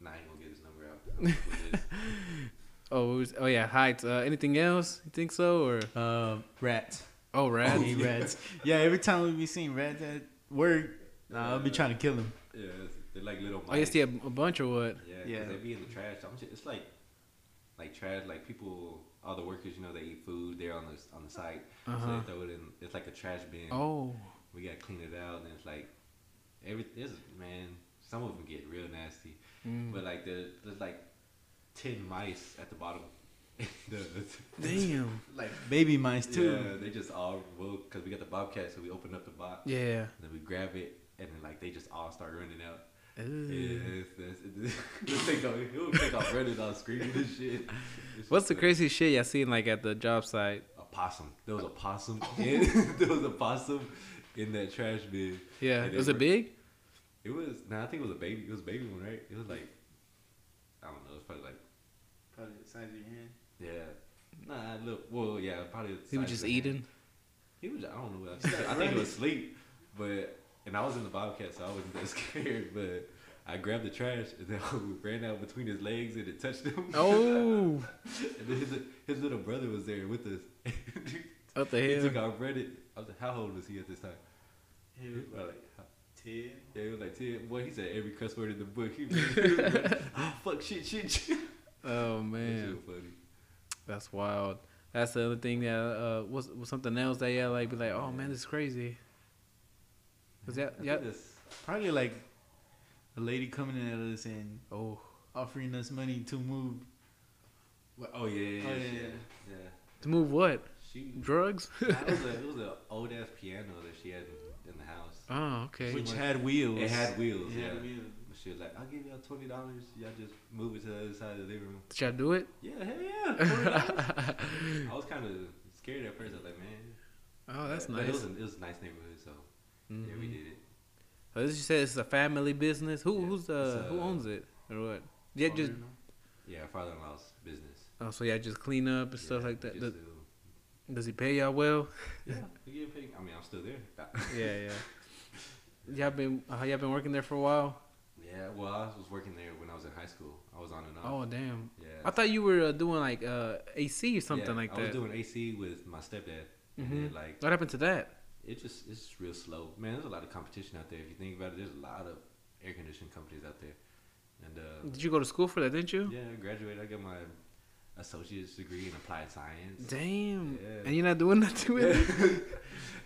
Speaker 3: nah, I ain't gonna get his number
Speaker 1: [LAUGHS]
Speaker 3: out. I don't know who it is.
Speaker 1: Oh, it was, oh yeah, heights. Uh, anything else? You think so or?
Speaker 2: Uh, rats.
Speaker 1: Oh,
Speaker 2: I
Speaker 1: rats.
Speaker 2: hate
Speaker 1: [LAUGHS]
Speaker 2: rats. Yeah, every time we be seeing rats at work, nah, I'll be trying to kill them.
Speaker 3: Yeah, it's- they're like little. Mice.
Speaker 1: I guess Oh, you have a bunch or what?
Speaker 3: Yeah, 'cause
Speaker 2: Yeah.
Speaker 3: they be in the trash. I'm just, it's like, like trash. Like people, all the workers, you know, they eat food. They're on the on the site, so
Speaker 1: Uh-huh.
Speaker 3: they throw it in. It's like a trash bin.
Speaker 1: Oh,
Speaker 3: We gotta clean it out, and it's like every this man. Some of them get real nasty,
Speaker 1: Mm.
Speaker 3: but like there, there's like ten mice at the bottom. [LAUGHS] The-
Speaker 1: damn.
Speaker 3: like
Speaker 2: Baby mice
Speaker 3: yeah,
Speaker 2: too.
Speaker 3: they just all woke because we got the bobcat, so we open up the box,
Speaker 1: Yeah.
Speaker 3: and then we grab it, and then like they just all start running out.
Speaker 1: Ew.
Speaker 3: Yes, that's it. [LAUGHS] This thing go- he'll take off running on screaming and shit. It's
Speaker 1: What's the
Speaker 3: just
Speaker 1: craziest shit y'all seen like at the job site?
Speaker 3: A possum. There was a [LAUGHS] possum. In, there was a possum in that trash bin.
Speaker 1: Yeah.
Speaker 3: And they
Speaker 1: Was it
Speaker 3: were-
Speaker 1: big?
Speaker 3: It was no, nah, I think it was a baby. It was a baby one, right? It was like I don't know. It's probably like
Speaker 2: Probably the size of your hand.
Speaker 3: yeah, nah. Look, well, yeah, probably. the
Speaker 1: He was
Speaker 3: size
Speaker 1: just
Speaker 3: of your hand.
Speaker 1: eating.
Speaker 3: He was. I don't know. what I, I think it was sleep, but and I was in the bobcat, so I wasn't that [LAUGHS] scared. But I grabbed the trash and then [LAUGHS] ran out between his legs and it touched him.
Speaker 1: Oh,
Speaker 3: [LAUGHS] and then his, his little brother was there with us. [LAUGHS]
Speaker 1: up the
Speaker 3: he took
Speaker 1: hill.
Speaker 3: our Reddit. I was like, how old was he at this time?
Speaker 2: He
Speaker 3: He
Speaker 2: was
Speaker 3: was
Speaker 2: like
Speaker 3: like,
Speaker 2: ten.
Speaker 3: yeah, he was like ten. Boy, he said every cuss word in the book. He was like, [LAUGHS] "Ah, fuck, shit, shit, shit. [LAUGHS]
Speaker 1: Oh
Speaker 3: That shit
Speaker 1: man,
Speaker 3: was funny.
Speaker 1: that's wild. That's the other thing that uh was, was something else that yeah like be like oh man this is crazy. Cause yeah
Speaker 3: I
Speaker 1: yeah
Speaker 3: think that's-
Speaker 2: Probably like a lady coming in at us and
Speaker 1: oh
Speaker 2: offering us money to move.
Speaker 3: well, oh yeah, yeah,
Speaker 2: Oh,
Speaker 3: yeah,
Speaker 2: yeah,
Speaker 3: yeah.
Speaker 2: yeah.
Speaker 3: yeah.
Speaker 1: to move what
Speaker 3: She,
Speaker 1: drugs? [LAUGHS]
Speaker 3: that was a, it was an old ass piano that she had in, in the house.
Speaker 1: oh okay.
Speaker 2: Which had wheels.
Speaker 3: It had
Speaker 2: It
Speaker 3: wheels. yeah.
Speaker 2: had wheels.
Speaker 3: She was like, I'll give y'all twenty dollars. Y'all just move it to the other side of the living room.
Speaker 1: Did y'all do it?
Speaker 3: Yeah, hell yeah.
Speaker 1: [LAUGHS]
Speaker 3: $20. I was kind of scared at first. I was like, man.
Speaker 1: oh that's
Speaker 3: But It
Speaker 1: nice.
Speaker 3: was, a, it was a nice neighborhood, so yeah, we
Speaker 1: Mhm.
Speaker 3: did it.
Speaker 1: So this Oh, you said it's a family business. Who
Speaker 3: Yeah,
Speaker 1: who's the
Speaker 3: it's,
Speaker 1: who
Speaker 3: uh,
Speaker 1: owns it or what? Yeah, just
Speaker 3: Yeah, father-in-law's business.
Speaker 1: oh, so y'all just clean up and stuff
Speaker 3: Yeah,
Speaker 1: like that.
Speaker 3: just
Speaker 1: Does,
Speaker 3: to-
Speaker 1: does he pay y'all well? [LAUGHS]
Speaker 3: yeah, we get paid. I mean, I'm still there. [LAUGHS]
Speaker 1: yeah, yeah. Y'all been uh, y'all been working there for a while.
Speaker 3: yeah. Well, I was working there when I was in high school. I was on and off.
Speaker 1: Oh damn!
Speaker 3: yeah.
Speaker 1: I thought you were uh, doing like uh, AC or something
Speaker 3: Yeah,
Speaker 1: like
Speaker 3: I
Speaker 1: that.
Speaker 3: was doing AC with my stepdad, and
Speaker 1: Mhm.
Speaker 3: then like
Speaker 1: what happened to that?
Speaker 3: it just it's just real slow. Man, there's a lot of competition out there. If you think about it, there's a lot of air conditioning companies out there. And uh,
Speaker 1: Did you go to school for that? Didn't you?
Speaker 3: yeah, I graduated. I got my associate's degree in applied science.
Speaker 1: Damn!
Speaker 3: Yeah.
Speaker 1: And you're not doing nothing with it?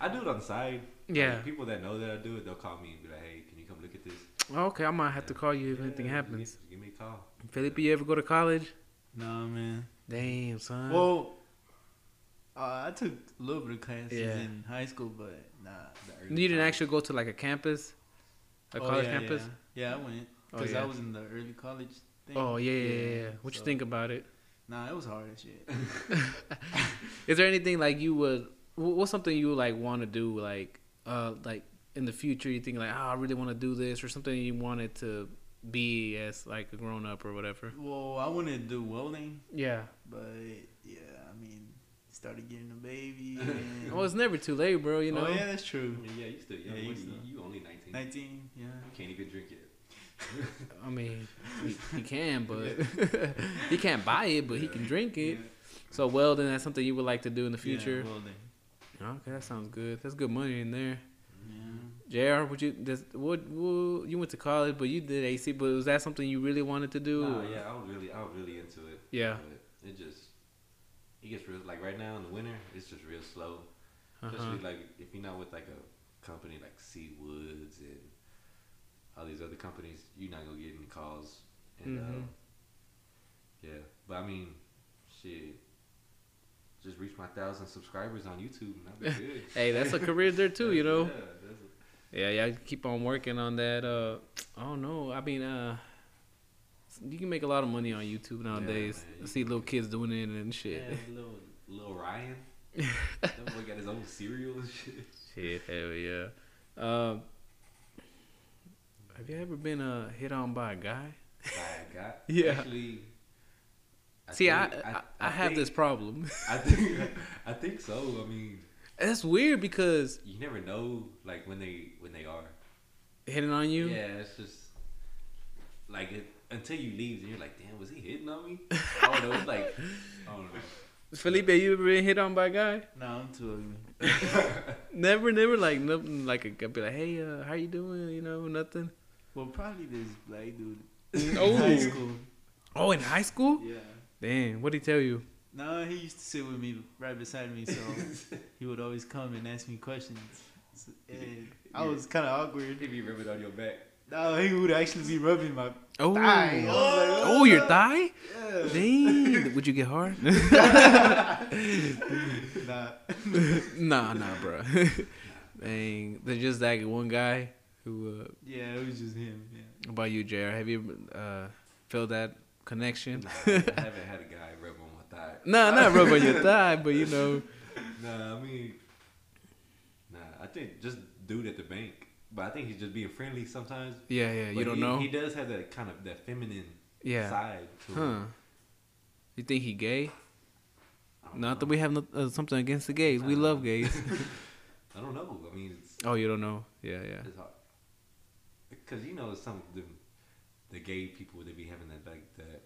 Speaker 3: I do it on the side.
Speaker 1: Yeah.
Speaker 3: Like, people that know that I do it, they'll call me and be like, "Hey, can you come look at this?"
Speaker 1: Oh, okay, I might have to
Speaker 3: Yeah.
Speaker 1: call you if
Speaker 3: Yeah,
Speaker 1: anything
Speaker 3: just
Speaker 1: happens.
Speaker 3: Give, give me a call.
Speaker 1: Felipe, you ever go to college?
Speaker 2: Nah, man.
Speaker 1: Damn, son.
Speaker 2: Well, uh, I took a little bit of classes
Speaker 1: Yeah.
Speaker 2: in high school, but nah.
Speaker 3: The early
Speaker 1: you didn't
Speaker 3: college.
Speaker 1: actually go to like a campus, a
Speaker 2: Oh,
Speaker 1: college
Speaker 2: yeah,
Speaker 1: campus.
Speaker 2: Yeah, yeah I went
Speaker 1: Oh,
Speaker 2: because
Speaker 1: yeah.
Speaker 2: I was in the early college thing.
Speaker 1: Oh yeah, yeah, yeah. yeah. What
Speaker 2: so-
Speaker 1: you think about it?
Speaker 2: Nah, it was hard as
Speaker 1: [LAUGHS]
Speaker 2: shit.
Speaker 1: Is there anything like you would? wh- What's something you would, like want to do like uh like in the future? You think like oh I really want to do this or something you wanted to be as like a grown up or whatever.
Speaker 2: well, I wanted to do welding,
Speaker 1: Yeah.
Speaker 2: but yeah, I mean, started getting a
Speaker 1: [LAUGHS]
Speaker 2: baby. And,
Speaker 1: Well, it's never too late, bro. You know.
Speaker 2: oh yeah, that's true.
Speaker 3: I mean, yeah, you still young.
Speaker 2: Yeah, you
Speaker 3: what do you,
Speaker 2: still-
Speaker 3: you only 19.
Speaker 2: Nineteen, yeah.
Speaker 3: You can't even drink yet.
Speaker 1: I mean, he, he can, but he can't buy it, but he can drink it. So welding, that's something you would like to do in the future.
Speaker 2: Yeah, welding.
Speaker 1: okay, that sounds good. That's good money in there.
Speaker 2: Yeah.
Speaker 1: Jr. Would you? Does, what, what? You went to college, but you did AC. But was that something you really wanted to do?
Speaker 3: Nah, yeah, I was really, I was really into it.
Speaker 1: Yeah.
Speaker 3: But it just, it gets real. Like right now in the winter, it's just real slow.
Speaker 1: Uh-huh.
Speaker 3: Especially like if you're not with like a company like Sea Woods and all these other companies, you're not gonna get any calls. And uh,
Speaker 1: Mhm.
Speaker 3: yeah, but I mean, shit. Just reached my thousand subscribers on YouTube, and
Speaker 1: [LAUGHS]
Speaker 3: I'll be good.
Speaker 1: Hey, that's
Speaker 3: [LAUGHS]
Speaker 1: a career there too. You know.
Speaker 3: Yeah, that's a-
Speaker 1: [LAUGHS] Yeah, yeah. Keep on working on that. Uh, I don't know. I mean, uh, you can make a lot of money on YouTube nowadays.
Speaker 3: man,
Speaker 1: I
Speaker 3: you
Speaker 1: see
Speaker 3: can
Speaker 1: little
Speaker 3: make-
Speaker 1: kids doing it and shit.
Speaker 3: yeah, little little Ryan.
Speaker 1: [LAUGHS]
Speaker 3: that boy got his own cereal and shit.
Speaker 1: Shit, hell yeah. Um, have you ever been uh, hit on by a guy?
Speaker 3: [LAUGHS] I got
Speaker 1: [LAUGHS] Yeah.
Speaker 3: Actually,
Speaker 1: see, I,
Speaker 3: think-
Speaker 1: I, I, have
Speaker 3: think-
Speaker 1: this problem. [LAUGHS]
Speaker 3: I think I think so. I mean,
Speaker 1: that's weird because
Speaker 3: you never know like when they when they are.
Speaker 1: hitting on you.
Speaker 3: Yeah, it's just like it until you leave and you're like, damn, was he hitting on
Speaker 1: [LAUGHS]
Speaker 3: me? I don't know. It's like I don't know.
Speaker 1: Felipe, you ever been hit on by a guy?
Speaker 2: Nah, I'm too ugly.
Speaker 1: Never, never like nothing like a guy be like, hey, uh, how you doing? You know, nothing.
Speaker 2: Well, probably this black
Speaker 1: [LAUGHS]
Speaker 2: dude.
Speaker 1: Oh.
Speaker 2: In high school.
Speaker 1: Oh, in high school?
Speaker 2: Yeah.
Speaker 1: Damn, what'd he tell you?
Speaker 2: No, he used to sit with me right beside me, so
Speaker 1: [LAUGHS]
Speaker 2: he would always come and ask me questions. So- And I was kind of awkward.
Speaker 3: [LAUGHS] If you rub it on your back,
Speaker 2: No, he would actually be rubbing my.
Speaker 1: Oh,
Speaker 2: Thigh. I was like,
Speaker 1: oh,
Speaker 2: "Oh."
Speaker 1: your thigh?
Speaker 2: Yeah.
Speaker 1: Damn, would you get hard? [LAUGHS]
Speaker 2: Nah.
Speaker 1: nah, nah, bro. [LAUGHS] Dang, they're just that one guy who uh,
Speaker 2: Yeah, it was just him. Yeah.
Speaker 1: What about you, JR? Have you uh, felt that connection?
Speaker 3: nah,
Speaker 1: [LAUGHS]
Speaker 3: I haven't had a guy rub on my thigh.
Speaker 1: No, not rub on your thigh, but you know.
Speaker 3: Nah, I mean, nah. I think just dude at the bank. But I think he's just being friendly sometimes.
Speaker 1: Yeah, yeah. You
Speaker 3: But
Speaker 1: don't
Speaker 3: he-
Speaker 1: know.
Speaker 3: He does have that kind of that feminine
Speaker 1: yeah.
Speaker 3: side to
Speaker 1: Huh.
Speaker 3: him.
Speaker 1: You think he gay?
Speaker 3: I don't
Speaker 1: Not that
Speaker 3: know.
Speaker 1: we have no, uh, something against the gays. We
Speaker 3: Uh,
Speaker 1: love gays.
Speaker 3: [LAUGHS]
Speaker 1: [LAUGHS]
Speaker 3: I don't know. I mean, it's,
Speaker 1: Oh, you don't know? Yeah, yeah.
Speaker 3: it's hard because you know some of them, the gay people they be having that like that.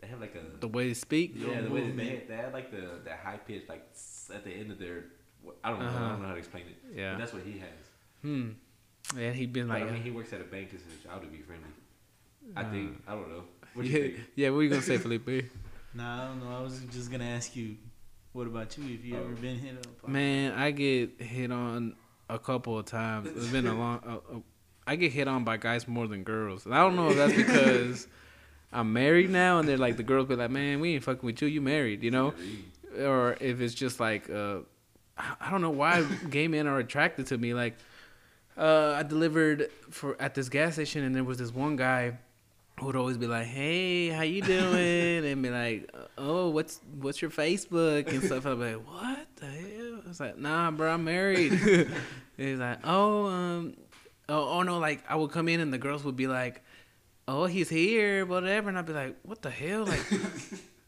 Speaker 3: They have like a
Speaker 1: The way they speak.
Speaker 3: yeah the way that they
Speaker 2: movement.
Speaker 3: they have like the the high pitch like s- at the end of their I don't know I
Speaker 1: Uh-huh.
Speaker 3: don't know how to explain it.
Speaker 1: Yeah.
Speaker 3: but that's what he has.
Speaker 1: Hmm. Yeah, he been
Speaker 3: But,
Speaker 1: like.
Speaker 3: I mean, he works at a bank. It's his job to be friendly. I think I don't know. What do
Speaker 1: yeah,
Speaker 3: you think?
Speaker 1: uh, [LAUGHS] yeah. What you gonna say, Felipe?
Speaker 2: Nah, I don't know. I was just gonna ask you, what about you? If you
Speaker 3: Oh.
Speaker 2: ever been hit up? by-
Speaker 1: Man, I get hit on a couple of times. It's been a long. Uh, uh, I get hit on by guys more than girls, and I don't know if that's because I'm married now, and they're like the girls be like, "Man, we ain't fucking with you. You married, you know." or if it's just like uh, I I don't know why gay men are attracted to me. Like uh, I delivered for at this gas station, and there was this one guy who would always be like, "Hey, how you doing?" and be like, "Oh, what's what's your Facebook and stuff." I'm like, "What the hell?" I was like, "Nah, bro, I'm married." and he's like, "Oh, um, oh, oh no!" Like I would come in, and the girls would be like. Oh, he's here, whatever, and I'd be like, "What the hell? Like,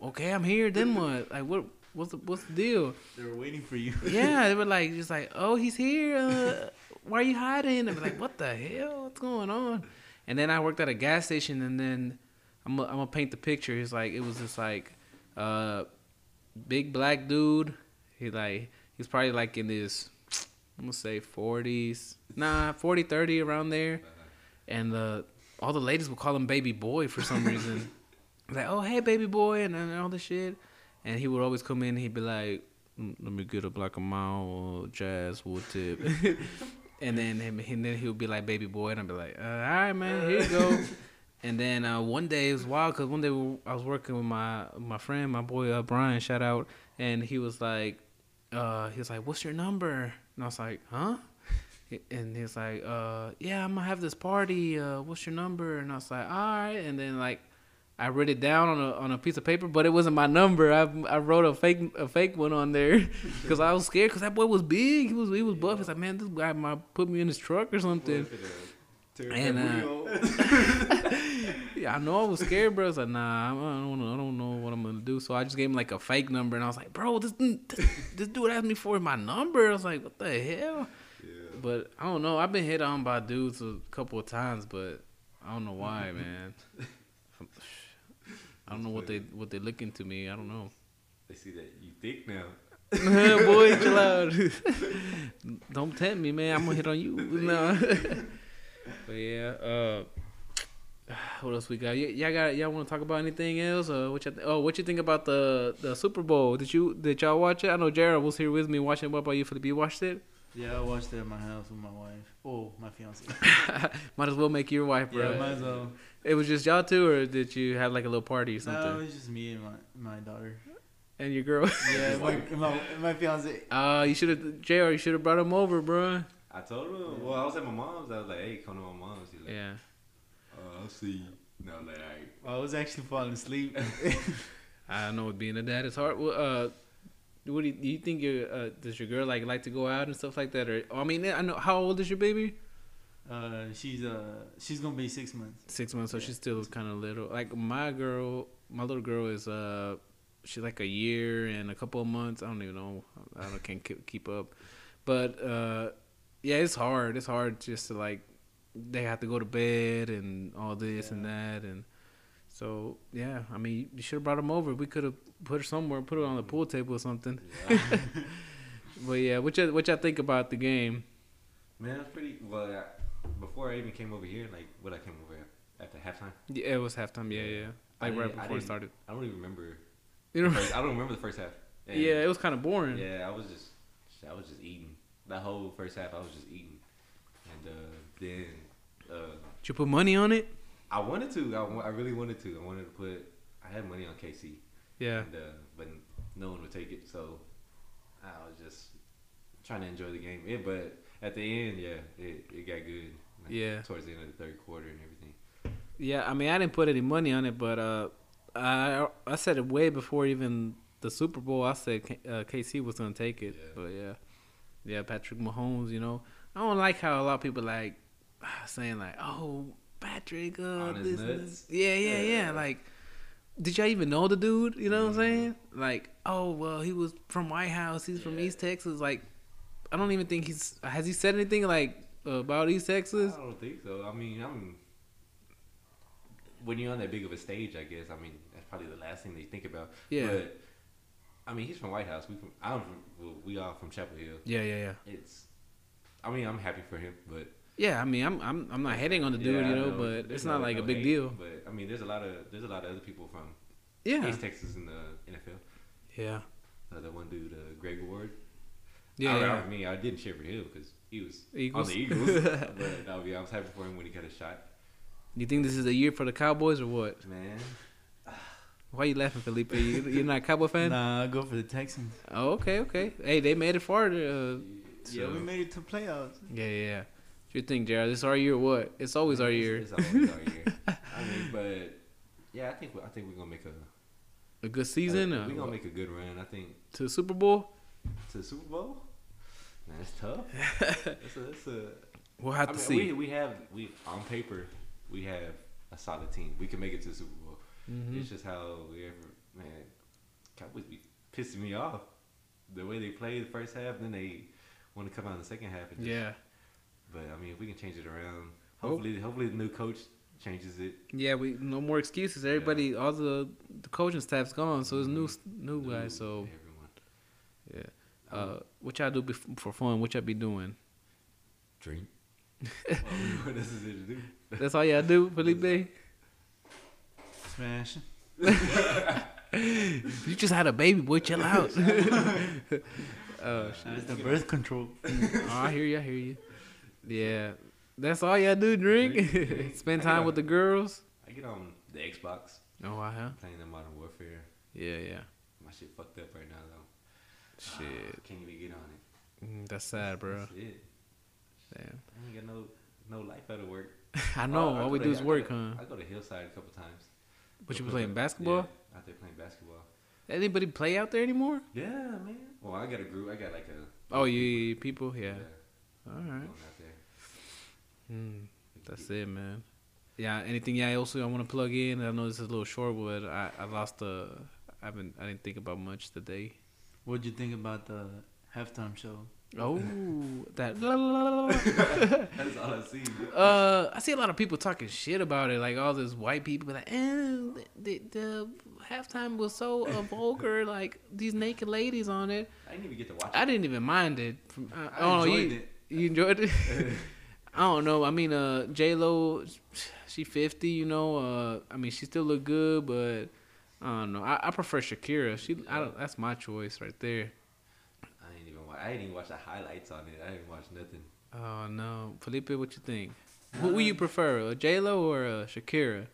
Speaker 1: okay, I'm here. Then what? Like, what? What's the, what's the deal?
Speaker 2: They were waiting for you. [LAUGHS]
Speaker 1: Yeah, they were like, just like, oh, he's here. Uh, why are you hiding? I'm like, what the hell? What's going on? And then I worked at a gas station, and then I'm gonna- I'm gonna paint the picture. It's like it was this like uh, big black dude. He like he's probably like in his I'm gonna say 40s, nah, 40, 30 around there, and uh, all the ladies would call him baby boy for some reason. like, oh hey baby boy, and, and all this shit, and he would always come in. He'd be like, "Mm, let me get a black and mild uh, jazz wood tip. [LAUGHS] And then him, and then he would be like, "Baby boy," and I'd be like, uh, "All right, man, here you go." and then uh, one day it was wild because one day we- I was working with my my friend, my boy uh, Brian, shout out, and he was like, uh, he was like, "What's your number?" And I was like, "Huh?" And he's like, uh, "Yeah, I'm gonna have this party. Uh, what's your number?" And I was like, "All right." And then like, I wrote it down on a on a piece of paper, but it wasn't my number. I I wrote a fake a fake one on there [LAUGHS] because I was scared because that boy was big. He was he was buff. He's like, "Man, this guy might put me in his truck or something." And, Yeah, I know I was scared, bro. I was like, nah, I don't, wanna, I don't know what I'm gonna do. So I just gave him like a fake number, and I was like, bro, this this, this dude asked me for my number. I was like, what the hell? But I don't know. I've been hit on by dudes a couple of times, but I don't know why, man. I don't know what they what they look into me. I don't know.
Speaker 3: They see that you thick now.
Speaker 2: [LAUGHS]
Speaker 1: Boy, chill out. Don't tempt me, man. I'm gonna hit on
Speaker 2: [LAUGHS]
Speaker 1: you. No. but yeah. Uh, what else we got? Y- y'all got? Y'all want to talk about anything else? Or what? You th- oh, what you think about the the Super Bowl? Did you did y'all watch it? I know Jared was here with me watching. What about you, Felipe? You watched it? [LAUGHS]
Speaker 2: Yeah, I watched that at my house with my wife. Oh, my fiance. [LAUGHS]
Speaker 1: might as well make your wife, bro.
Speaker 2: yeah, might as well.
Speaker 1: It was just y'all two, or did you have like a little party or something?
Speaker 2: No, it was just me and my my [LAUGHS] daughter.
Speaker 1: and your girl.
Speaker 2: Yeah, my my, my fiance.
Speaker 1: [LAUGHS] Uh, you should have, Jr. You should have brought him over, bro.
Speaker 3: I told him. Well, I was at my mom's. I was like, "Hey, come to my mom's." He's like,
Speaker 1: Yeah.
Speaker 3: "Oh, I'll see." you. No, I'm like, all right.
Speaker 2: I was actually falling asleep. [LAUGHS]
Speaker 1: I know being a dad is hard. Well, uh, what do you, do you think? Your uh, does your girl like like to go out and stuff like that? Or I mean, I know how old is your baby?
Speaker 2: Uh, she's uh she's gonna be six months.
Speaker 1: Six months, so she's still kind of little. Like my girl, my little girl is uh, she's like a year and a couple of months. I don't even know. I don't can't keep- keep up, but uh, yeah, it's hard. It's hard just to like they have to go to bed and all this and that and. So yeah, I mean, you should have brought him over. We could have put her somewhere, put her on the pool table or something. [LAUGHS]
Speaker 3: Yeah.
Speaker 1: But yeah, what you what y'all think about the game?
Speaker 3: Man, that's pretty. Well, I, before I even came over here, like, what I came over at, after halftime,
Speaker 1: Yeah, it was halftime. Yeah, yeah.
Speaker 3: I
Speaker 1: Like right
Speaker 3: didn't- I
Speaker 1: before it
Speaker 3: didn't-
Speaker 1: started.
Speaker 3: I don't even remember.
Speaker 1: You know?
Speaker 3: Like, I don't remember the first half. And,
Speaker 1: [LAUGHS] Yeah, it was kind of boring.
Speaker 3: yeah. I was just, I was just eating. That whole first half, I was just eating, and uh, then uh,
Speaker 1: Did you put money on it?
Speaker 3: I wanted to. I, wa- I really wanted to. I wanted to put. I had money on KC.
Speaker 1: Yeah.
Speaker 3: And, uh, but no one would take it, so I was just trying to enjoy the game. Yeah, but at the end, yeah, it, it got good. like,
Speaker 1: Yeah.
Speaker 3: Towards the end of the third quarter and everything.
Speaker 1: Yeah, I mean, I didn't put any money on it, but uh, I I said it way before even the Super Bowl. I said K- uh, KC was gonna take it,
Speaker 3: Yeah.
Speaker 1: but yeah, yeah, Patrick Mahomes. You know, I don't like how a lot of people like [SIGHS] saying like, "Oh, Patrick, uh,
Speaker 3: On his
Speaker 1: this,
Speaker 3: nuts?
Speaker 1: this." yeah, yeah, yeah,
Speaker 3: Yeah. Mm-hmm.
Speaker 1: Like, did y'all even know the dude? You know what I'm saying? Like, oh well, he was from White House. He's from
Speaker 3: Yeah.
Speaker 1: East Texas. Like, I don't even think he's has he said anything like about East Texas.
Speaker 3: I don't think so. I mean, I'm. When you're on that big of a stage, I guess. I mean, that's probably the last thing they think about.
Speaker 1: Yeah.
Speaker 3: But, I mean, he's from White House. We from I'm from well, we all from Chapel Hill.
Speaker 1: Yeah, yeah, yeah.
Speaker 3: It's. I mean, I'm happy for him, but
Speaker 1: Yeah, I mean, I'm I'm I'm not hating on the dude,
Speaker 3: Yeah, I
Speaker 1: you know,
Speaker 3: know.
Speaker 1: but
Speaker 3: There's
Speaker 1: it's not
Speaker 3: no-
Speaker 1: like a
Speaker 3: no
Speaker 1: big
Speaker 3: hate,
Speaker 1: deal.
Speaker 3: But I mean, there's a lot of there's a lot of other people from
Speaker 1: Yeah,
Speaker 3: East Texas in the NFL.
Speaker 1: yeah,
Speaker 3: Uh, that one dude, uh, Greg Ward.
Speaker 1: yeah,
Speaker 3: I,
Speaker 1: yeah.
Speaker 3: I mean, I didn't cheer for him because he was
Speaker 1: Eagles.
Speaker 3: on the
Speaker 1: [LAUGHS]
Speaker 3: Eagles. but I, mean, I was happy for him when he got a shot.
Speaker 1: You think this is a year for the Cowboys or what?
Speaker 3: Man,
Speaker 1: Why you laughing, Felipe? You, you're not a Cowboy
Speaker 3: [LAUGHS]
Speaker 1: fan?
Speaker 2: Nah, I go for the Texans.
Speaker 1: Oh, okay, okay. Hey, they made it far. Uh,
Speaker 2: Yeah,
Speaker 1: so-
Speaker 2: we made it to playoffs.
Speaker 1: yeah, yeah, yeah. What you think, Jared? It's our year or what? It's always our
Speaker 3: It's-
Speaker 1: year.
Speaker 3: It's always our
Speaker 1: [LAUGHS]
Speaker 3: year. I mean, but yeah, I think we- I think we're gonna make a
Speaker 1: A good season
Speaker 3: We're
Speaker 1: uh,
Speaker 3: gonna make a good run. I think
Speaker 1: to the Super Bowl.
Speaker 3: to the Super Bowl. Man, that's
Speaker 1: [LAUGHS]
Speaker 3: tough. that's a, that's a,
Speaker 1: We'll have
Speaker 3: I
Speaker 1: to
Speaker 3: mean,
Speaker 1: see.
Speaker 3: We, we have we on paper we have a solid team. We can make it to the Super Bowl.
Speaker 1: Mhm.
Speaker 3: It's just how we ever man Cowboys be pissing me off. The way they play the first half, then they want to come out in the second half. And just,
Speaker 1: Yeah,
Speaker 3: But I mean, if we can change it around,
Speaker 1: Hope-
Speaker 3: hopefully, hopefully the new coach changes it.
Speaker 1: yeah. We no more excuses. Everybody, all the the coaching staff's gone, so it's new new
Speaker 3: New-
Speaker 1: guys. So
Speaker 3: everyone
Speaker 1: yeah. Uh, what y'all do bef- for fun? What y'all be doing? [LAUGHS]
Speaker 3: drink. [LAUGHS] what else is it to do?
Speaker 1: That's all y'all do, Felipe. [LAUGHS]
Speaker 2: Smash.
Speaker 1: You just had a baby, boy. Chill [LAUGHS] out. oh,
Speaker 2: It's the birth control.
Speaker 1: Oh, I hear you. I hear you. Yeah, that's all y'all do. Drink,
Speaker 3: Drink,
Speaker 1: [LAUGHS]
Speaker 3: drink.
Speaker 1: spend time with the girls.
Speaker 3: I get on the Xbox
Speaker 1: Oh, I have.
Speaker 3: playing the Modern Warfare.
Speaker 1: Yeah, yeah.
Speaker 3: My shit fucked up right now though.
Speaker 1: Shit,
Speaker 3: Can't even get on it.
Speaker 1: Mm, that's sad, bro.
Speaker 3: That's it.
Speaker 1: Damn.
Speaker 3: I ain't got no no life out of work.
Speaker 1: [LAUGHS] Oh, I know.
Speaker 3: I
Speaker 1: all we
Speaker 3: go
Speaker 1: do
Speaker 3: to-
Speaker 1: is
Speaker 3: I go
Speaker 1: work,
Speaker 3: to-
Speaker 1: huh?
Speaker 3: I go to Hillside a couple times.
Speaker 1: But you
Speaker 3: Go
Speaker 1: playing
Speaker 3: play-
Speaker 1: basketball?
Speaker 3: Yeah, out there playing basketball.
Speaker 1: Anybody play out there anymore?
Speaker 3: Yeah, man. Well, I got a group. I got like a.
Speaker 1: Oh, yeah, yeah, yeah, people. Yeah. All
Speaker 3: Going
Speaker 1: right.
Speaker 3: out there.
Speaker 1: Mm,
Speaker 3: [LAUGHS]
Speaker 1: that's it, man. Yeah. Anything? Yeah. Also, I want to plug in. I know this is a little short, but I I lost the. I haven't. I didn't think about much today.
Speaker 2: What'd you think about the halftime show?
Speaker 1: Oh, that. la, la, la, la, la.
Speaker 3: That's all I see.
Speaker 1: uh, I see a lot of people talking shit about it, like all these white people, be like, and the, the halftime was so uh,
Speaker 2: [LAUGHS]
Speaker 1: vulgar, like these naked ladies on it.
Speaker 3: I didn't even get to watch.
Speaker 1: I
Speaker 3: it.
Speaker 1: didn't even mind it. From, I,
Speaker 2: I
Speaker 1: oh,
Speaker 2: enjoyed
Speaker 1: you,
Speaker 2: it.
Speaker 1: You enjoyed
Speaker 2: [LAUGHS]
Speaker 1: it? [LAUGHS] I don't know. I mean, uh, J Lo, she fifty. You know, uh, I mean, she still look good, but I don't know. I, I prefer Shakira. She, I don't. That's my choice right there.
Speaker 3: I didn't even watch. I didn't even watch the highlights on it. I didn't watch nothing.
Speaker 1: Oh no, Felipe, what you think? What would you prefer, uh, J Lo or uh, Shakira?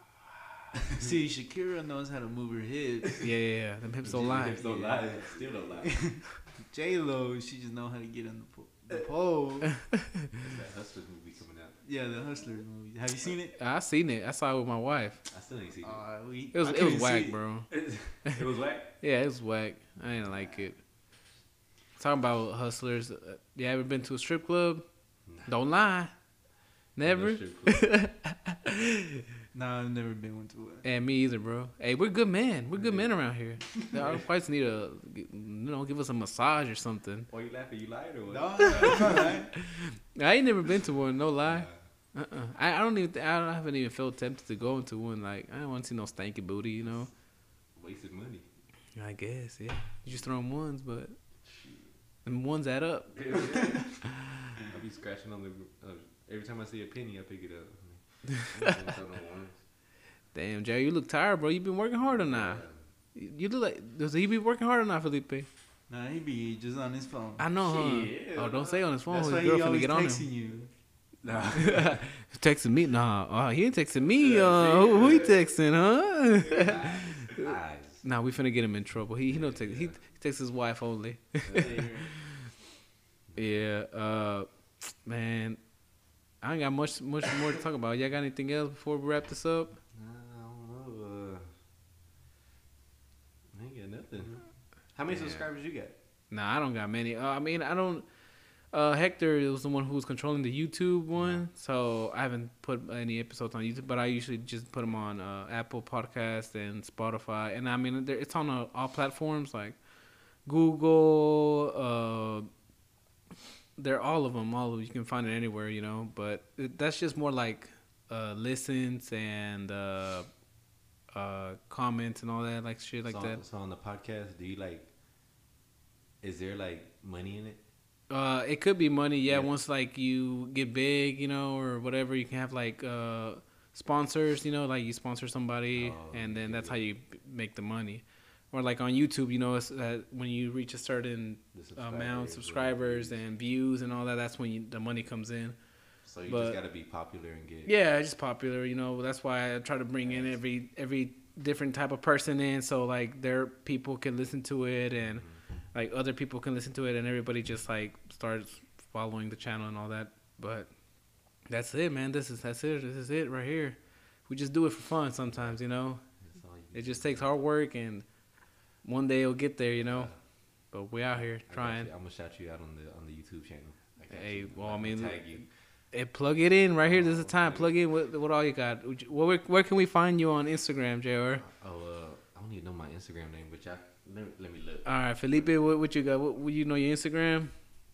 Speaker 2: [LAUGHS] See, Shakira knows how to move her [LAUGHS] hips.
Speaker 1: Yeah, yeah, yeah. Them hips don't
Speaker 3: [LAUGHS]
Speaker 1: lie.
Speaker 3: Hips don't
Speaker 2: Yeah.
Speaker 3: lie. Still don't lie. It's
Speaker 2: J Lo, she just know how to get on the pole. The pole.
Speaker 3: that Hustlers movie coming out.
Speaker 2: yeah, the Hustlers movie. Have you seen it?
Speaker 1: I seen it. I saw it with my wife.
Speaker 3: I still ain't seen
Speaker 2: Uh, we,
Speaker 1: It was
Speaker 2: I
Speaker 1: it
Speaker 2: couldn't
Speaker 1: was
Speaker 2: see
Speaker 1: whack,
Speaker 2: it.
Speaker 1: bro.
Speaker 3: it.
Speaker 2: Uh,
Speaker 3: [LAUGHS] it was whack.
Speaker 1: Yeah, it was whack. I didn't like it. Talking about hustlers. uh, You ever been to a strip club?
Speaker 3: Nah.
Speaker 1: Don't lie. Never.
Speaker 3: No strip club.
Speaker 2: Nah, I've never been one to it.
Speaker 1: And me either, bro. Hey, we're good men. We're good men around
Speaker 2: [LAUGHS]
Speaker 1: here. Our wives need a, you know, give us a massage or something.
Speaker 3: Why you laughing? You lied or what?
Speaker 2: No, no, it's
Speaker 3: [LAUGHS]
Speaker 2: all right.
Speaker 1: I ain't never been to one. No [LAUGHS] lie.
Speaker 3: Nah.
Speaker 1: Uh-uh. I, I don't even. I, don't, I haven't even felt tempted to go into one. Like I don't want to see no stanky booty. You know. [LAUGHS]
Speaker 3: wasted money.
Speaker 1: I guess yeah. You just throwing ones, but them ones add up.
Speaker 3: I be scratching on the. Uh, every time I see a penny, I pick it up. I
Speaker 1: [LAUGHS]
Speaker 3: don't throw no ones.
Speaker 1: Damn, Jerry, you look tired, bro. You been working hard or not? You look like does he be working hard or not, Felipe?
Speaker 2: Nah, he be just on his phone.
Speaker 1: I know, huh?
Speaker 3: Shit,
Speaker 1: oh, don't say on his phone.
Speaker 2: That's
Speaker 1: his
Speaker 2: why
Speaker 1: girl
Speaker 2: he
Speaker 1: finna
Speaker 2: always
Speaker 1: get on him. [LAUGHS]
Speaker 2: texting you.
Speaker 3: [LAUGHS] Nah.
Speaker 1: texting me? Nah, oh, he ain't texting me.
Speaker 3: Yeah,
Speaker 1: Uh,
Speaker 3: see?
Speaker 1: who, who he texting, huh? [LAUGHS]
Speaker 3: Lies.
Speaker 1: nah, we finna get him in trouble. He he no
Speaker 3: Yeah,
Speaker 1: text.
Speaker 3: yeah.
Speaker 1: He, he texts his wife only. yeah. Uh, man, I ain't got much much more to talk about. Y'all got anything else before we wrap this up?
Speaker 3: I don't know. Uh, I ain't got nothing. How many
Speaker 1: Yeah.
Speaker 3: subscribers you got?
Speaker 1: Nah, I don't got many. Uh, I mean, I don't. uh, Hector was the one who was controlling the YouTube one, so I haven't put any episodes on YouTube, but I usually just put them on uh, Apple Podcast and Spotify, and I mean there- it's on uh, all platforms like Google. Uh, they're all of them. All of you can find it anywhere, you know. But it, that's just more like uh, listens and uh, uh, comments and all that, like shit, like
Speaker 3: so,
Speaker 1: that.
Speaker 3: So on the podcast, do you like? Is there like money in it?
Speaker 1: Uh, it could be money, yeah,
Speaker 3: Yeah.
Speaker 1: Once like you get big, you know, or whatever, you can have like uh, sponsors, you know, like you sponsor somebody,
Speaker 3: Oh,
Speaker 1: and then
Speaker 3: okay.
Speaker 1: that's how you b- make the money. Or like on YouTube, you know, it's that when you reach a certain
Speaker 3: The
Speaker 1: amount of
Speaker 3: subscribers,
Speaker 1: subscribers and views and all that, that's when you, the money comes in.
Speaker 3: So you
Speaker 1: but-
Speaker 3: just gotta be popular and get.
Speaker 1: Yeah, it's just popular, you know. That's why I try to bring in every every different type of person in, so like their people can listen to it, and
Speaker 3: Mm-hmm.
Speaker 1: like other people can listen to it, and everybody just like starts following the channel and all that. But that's it, man. This is that's it. This is it right here. We just do it for fun sometimes, you know.
Speaker 3: That's all you
Speaker 1: It
Speaker 3: do.
Speaker 1: just takes hard work, and one day it'll get there, you know.
Speaker 3: Yeah.
Speaker 1: But we out here
Speaker 3: I got
Speaker 1: trying.
Speaker 3: you. I'm gonna shout you out on the on the YouTube channel. I got
Speaker 1: Hey,
Speaker 3: you.
Speaker 1: well,
Speaker 3: I'm
Speaker 1: I
Speaker 3: gonna
Speaker 1: mean,
Speaker 3: tag you.
Speaker 1: Hey, plug it in right here. This is the
Speaker 3: Oh,
Speaker 1: time.
Speaker 3: okay.
Speaker 1: Plug in what, what all you got. Would you- Where, where can we find you on Instagram, JR?
Speaker 3: Oh, uh, I don't even know my Instagram name, but y'all let me, let me look.
Speaker 1: All right, Felipe, what, what you got? What, what you know your Instagram?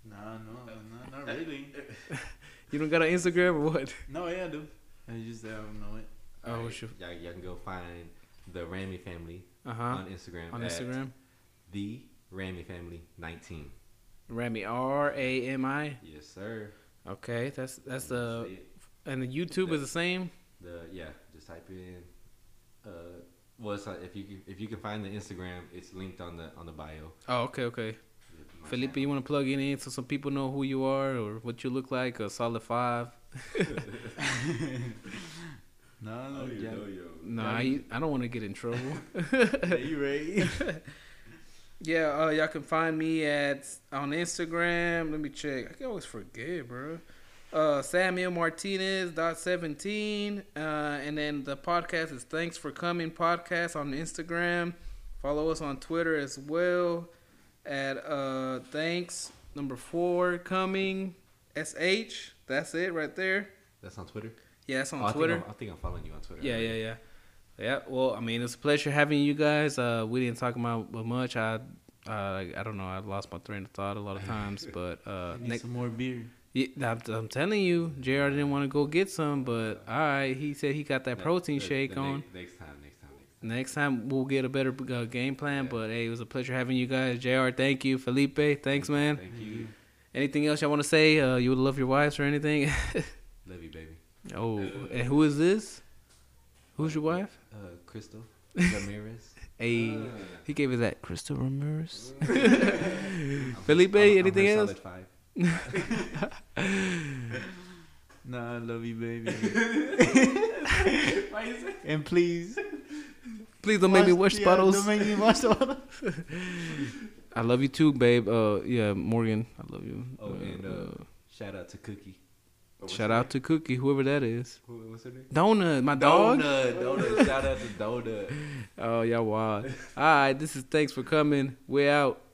Speaker 2: Nah, no, no, not really.
Speaker 1: You don't got an Instagram or what? [LAUGHS]
Speaker 2: No, yeah, I do. I just I don't know it. [LAUGHS]
Speaker 1: Oh,
Speaker 3: Alright,
Speaker 1: what's your-
Speaker 3: y'all, y'all can go find the Rammy family
Speaker 1: Uh huh.
Speaker 3: on Instagram.
Speaker 1: On
Speaker 3: at
Speaker 1: Instagram,
Speaker 3: the Rammy family 19.
Speaker 1: Rami R A M I.
Speaker 3: Yes, sir.
Speaker 1: Okay, that's that's the
Speaker 3: it.
Speaker 1: and the YouTube is the same.
Speaker 3: the yeah. Just type in. Uh, well, it's not, if you can- if you can find the Instagram, it's linked on the on the bio.
Speaker 1: Oh, okay, okay.
Speaker 3: My
Speaker 1: Felipe,
Speaker 3: [LAUGHS]
Speaker 1: you want to plug it in so some people know who you are or what you look like? A solid five.
Speaker 2: no, no,
Speaker 3: channel.
Speaker 2: yeah.
Speaker 1: No, I, I don't want to get in trouble.
Speaker 2: [LAUGHS] yeah. You
Speaker 1: [LAUGHS]
Speaker 2: right?
Speaker 1: yeah, uh, y'all can find me at on Instagram. Let me check. I can always forget, bro. Uh, Samuel Martinez dot seventeen, uh, and then the podcast is Thanks for Coming podcast on Instagram. Follow us on Twitter as well at uh, Thanks number four coming sh. That's it right there.
Speaker 3: That's on Twitter.
Speaker 1: Yeah, it's on
Speaker 3: Oh, I think
Speaker 1: Twitter.
Speaker 3: I'm- I think I'm following you on Twitter.
Speaker 1: Yeah,
Speaker 3: already.
Speaker 1: yeah, yeah. Yeah, well, I mean, it's a pleasure having you guys. Uh, we didn't talk about about much. I, uh, I don't know. I lost my train of thought a lot
Speaker 3: [LAUGHS]
Speaker 1: of times, but uh,
Speaker 2: I need
Speaker 1: next,
Speaker 2: some more beer.
Speaker 1: yeah, I'm, I'm telling you, Jr. didn't want to go get some, but all right, he said he got that
Speaker 3: The-
Speaker 1: protein
Speaker 3: the-
Speaker 1: shake
Speaker 3: the ne-
Speaker 1: on.
Speaker 3: Next time, next time, next
Speaker 1: Next time we'll get a better uh, game plan.
Speaker 3: Yeah.
Speaker 1: But hey, it was a pleasure having you guys, Jr. Thank you, Felipe. Thanks, man.
Speaker 3: time. Thank you.
Speaker 1: Anything else y'all want to say? Uh, you would love your wives or anything? [LAUGHS]
Speaker 3: Love you, baby.
Speaker 1: oh, and who is this? Who's your wife?
Speaker 3: Uh,
Speaker 1: [LAUGHS]
Speaker 3: Crystal Ramirez.
Speaker 1: Hey,
Speaker 3: Uh,
Speaker 1: he gave us that Crystal Ramirez.
Speaker 3: I'm-
Speaker 1: Felipe,
Speaker 3: I'm- I'm her
Speaker 1: anything
Speaker 3: solid
Speaker 1: else?
Speaker 3: five.
Speaker 2: Nah, I love you,
Speaker 1: [LAUGHS]
Speaker 2: baby. and please
Speaker 1: Please don't make me wash
Speaker 2: yeah,
Speaker 1: bottles.
Speaker 2: Don't make me
Speaker 1: [LAUGHS]
Speaker 2: wash bottles.
Speaker 1: I love you too, babe. Uh, yeah, Morgan, I love you.
Speaker 3: Oh, and
Speaker 1: Uh,
Speaker 3: uh, shout out to Cookie. Oh, what's
Speaker 1: shout
Speaker 3: her
Speaker 1: out to Cookie, whoever that is.
Speaker 3: name? Who- What's her name?
Speaker 1: Donut, my dog. [LAUGHS]
Speaker 3: Donut, Donut. shout out to Donut.
Speaker 1: Oh, y'all wild. All right, this is thanks for coming. We're out.